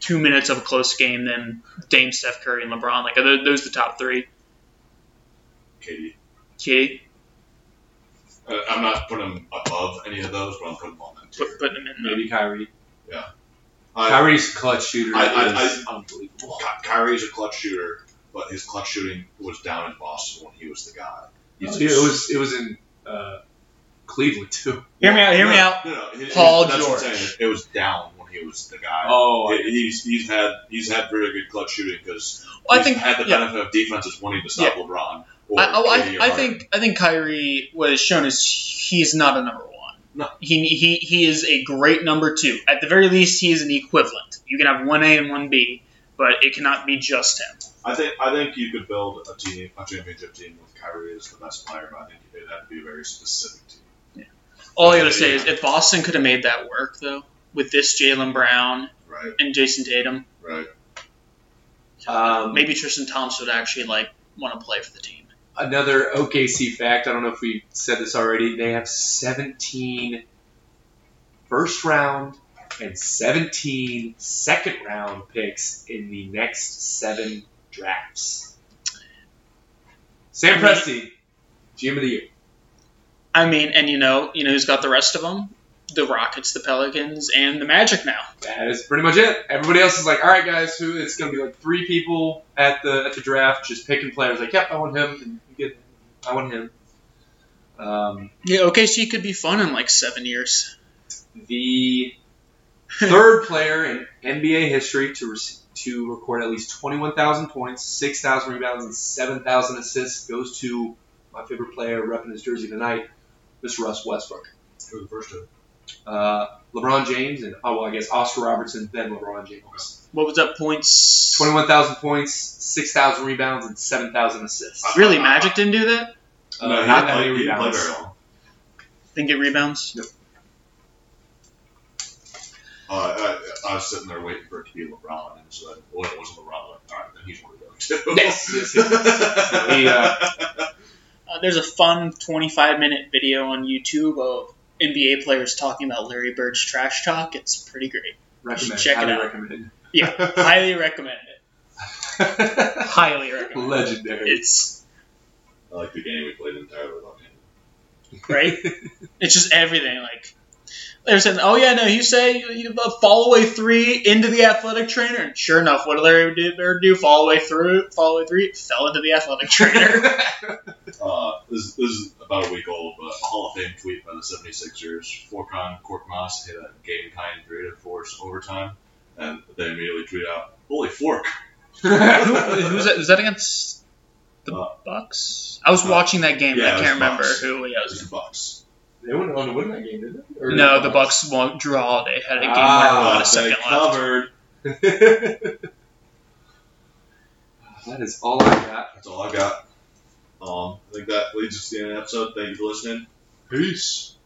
C: two minutes of a close game than Dame, Steph Curry, and LeBron? Like, are tho- those the top three?
A: Katie,
C: Key,
A: uh, I'm not putting him above any of those, but I'm putting him on that
C: put,
A: tier.
C: put them in. there.
F: Maybe Kyrie.
A: I-
F: Kyrie's clutch shooter
A: I- I-
F: is unbelievable.
A: Ky- Kyrie's a clutch shooter, but his clutch shooting was down in Boston when he was the guy.
F: It was it was in uh, Cleveland too.
C: Hear me out, hear
A: no,
C: me out.
A: No, no, he-
C: Paul
A: that's What I'm
C: George.
A: saying. It was down when he was the guy.
F: Oh,
A: He- he's he's had he's had really good clutch shooting because
C: Well, I
A: he's
C: think
A: had the
C: yeah.
A: benefit of defenses wanting to stop LeBron. Or
C: I, oh,
A: KD or
C: I, I
A: Harden.
C: think I think Kyrie was shown as he is not a number one.
A: No.
C: He, he he is a great number two. At the very least, he is an equivalent. You can have one A and one B, but it cannot be just him.
A: I think I think you could build a team a championship team with Kyrie as the best player, but I think it'd have to be a very specific team.
C: All I gotta say is, if Boston could have made that work though, with this Jalen Brown
A: Right,
C: and Jason Tatum,
A: right.
F: Um,
C: maybe Tristan Thompson would actually like want to play for the team.
F: another OKC fact. I don't know if we said this already. They have 17 first round and 17 second round picks in the next seven drafts. Sam Presti, GM of the year.
C: I mean, and you know, you know who's got the rest of them? The Rockets, the Pelicans, and the Magic now.
F: That is pretty much it. Everybody else is like, all right, guys, who? It's gonna be like three people at the at the draft, just picking players. Like, yep, I want him. And you get, I want him. Um,
C: Yeah, OKC could be fun in like seven years.
F: the third player in NBA history to rec- to record at least 21,000 points, 6,000 rebounds, and 7,000 assists goes to my favorite player repping his jersey tonight, Mr. Russ Westbrook.
A: Who the first two?
F: uh, LeBron James and oh well, I guess Oscar Robertson, then LeBron James.
C: [LAUGHS] What was that points?
F: Twenty-one thousand points, six thousand rebounds, and seven thousand assists.
C: Really, Magic didn't do that.
F: Uh,
A: no, he didn't
F: not that
A: play- he
F: many
A: didn't play
F: rebounds.
A: very long.
C: Didn't get rebounds.
A: Uh, I, I was sitting there waiting for it to be LeBron, and so then, well, it wasn't LeBron. I'm Like, all right, then he's one of those two.
F: Yes,
A: [LAUGHS]
F: yes, yes. He, uh,
C: Uh, there's a fun 25 minute video on YouTube of NBA players talking about Larry Bird's trash talk. It's pretty great.
F: recommend.
C: Check it
F: highly
C: out.
F: recommend.
C: Highly recommend it. Highly recommend. It.
F: [LAUGHS] Legendary.
C: It's
A: I like the game we played entirely without him.
C: [LAUGHS] great. it's just everything. Like they're saying, "Oh yeah, no, you say you, you uh, fall away three into the athletic trainer." And sure enough, what did Larry do- Bird do? Fall away through, fall away three, fell into the [LAUGHS] athletic trainer.
A: Uh, this, this is about a week old, but a Hall of Fame tweet by the 76ers. Forkon Korkmaz hit a game kind three to force overtime, and they immediately tweet out, Holy fork!
C: [LAUGHS] Who- who's that? Was that against the
A: Uh,
C: Bucks? I was
A: uh,
C: watching that game.
A: yeah,
C: I
A: it
C: can't
A: was
C: remember
A: Bucks.
C: who. Yeah, it
A: That was
C: was.
A: the Bucks.
F: They went on to win that game, did they? Or-
C: No, the Bucks won't draw. They had a game winner
F: Ah,
C: with a
A: Uh, they
C: Uh, second left.
A: covered.
C: [LAUGHS]
F: [LAUGHS] that is all I got.
A: That's all I got. Um, I think that leads us to the end of the episode. Thank you for listening. Peace.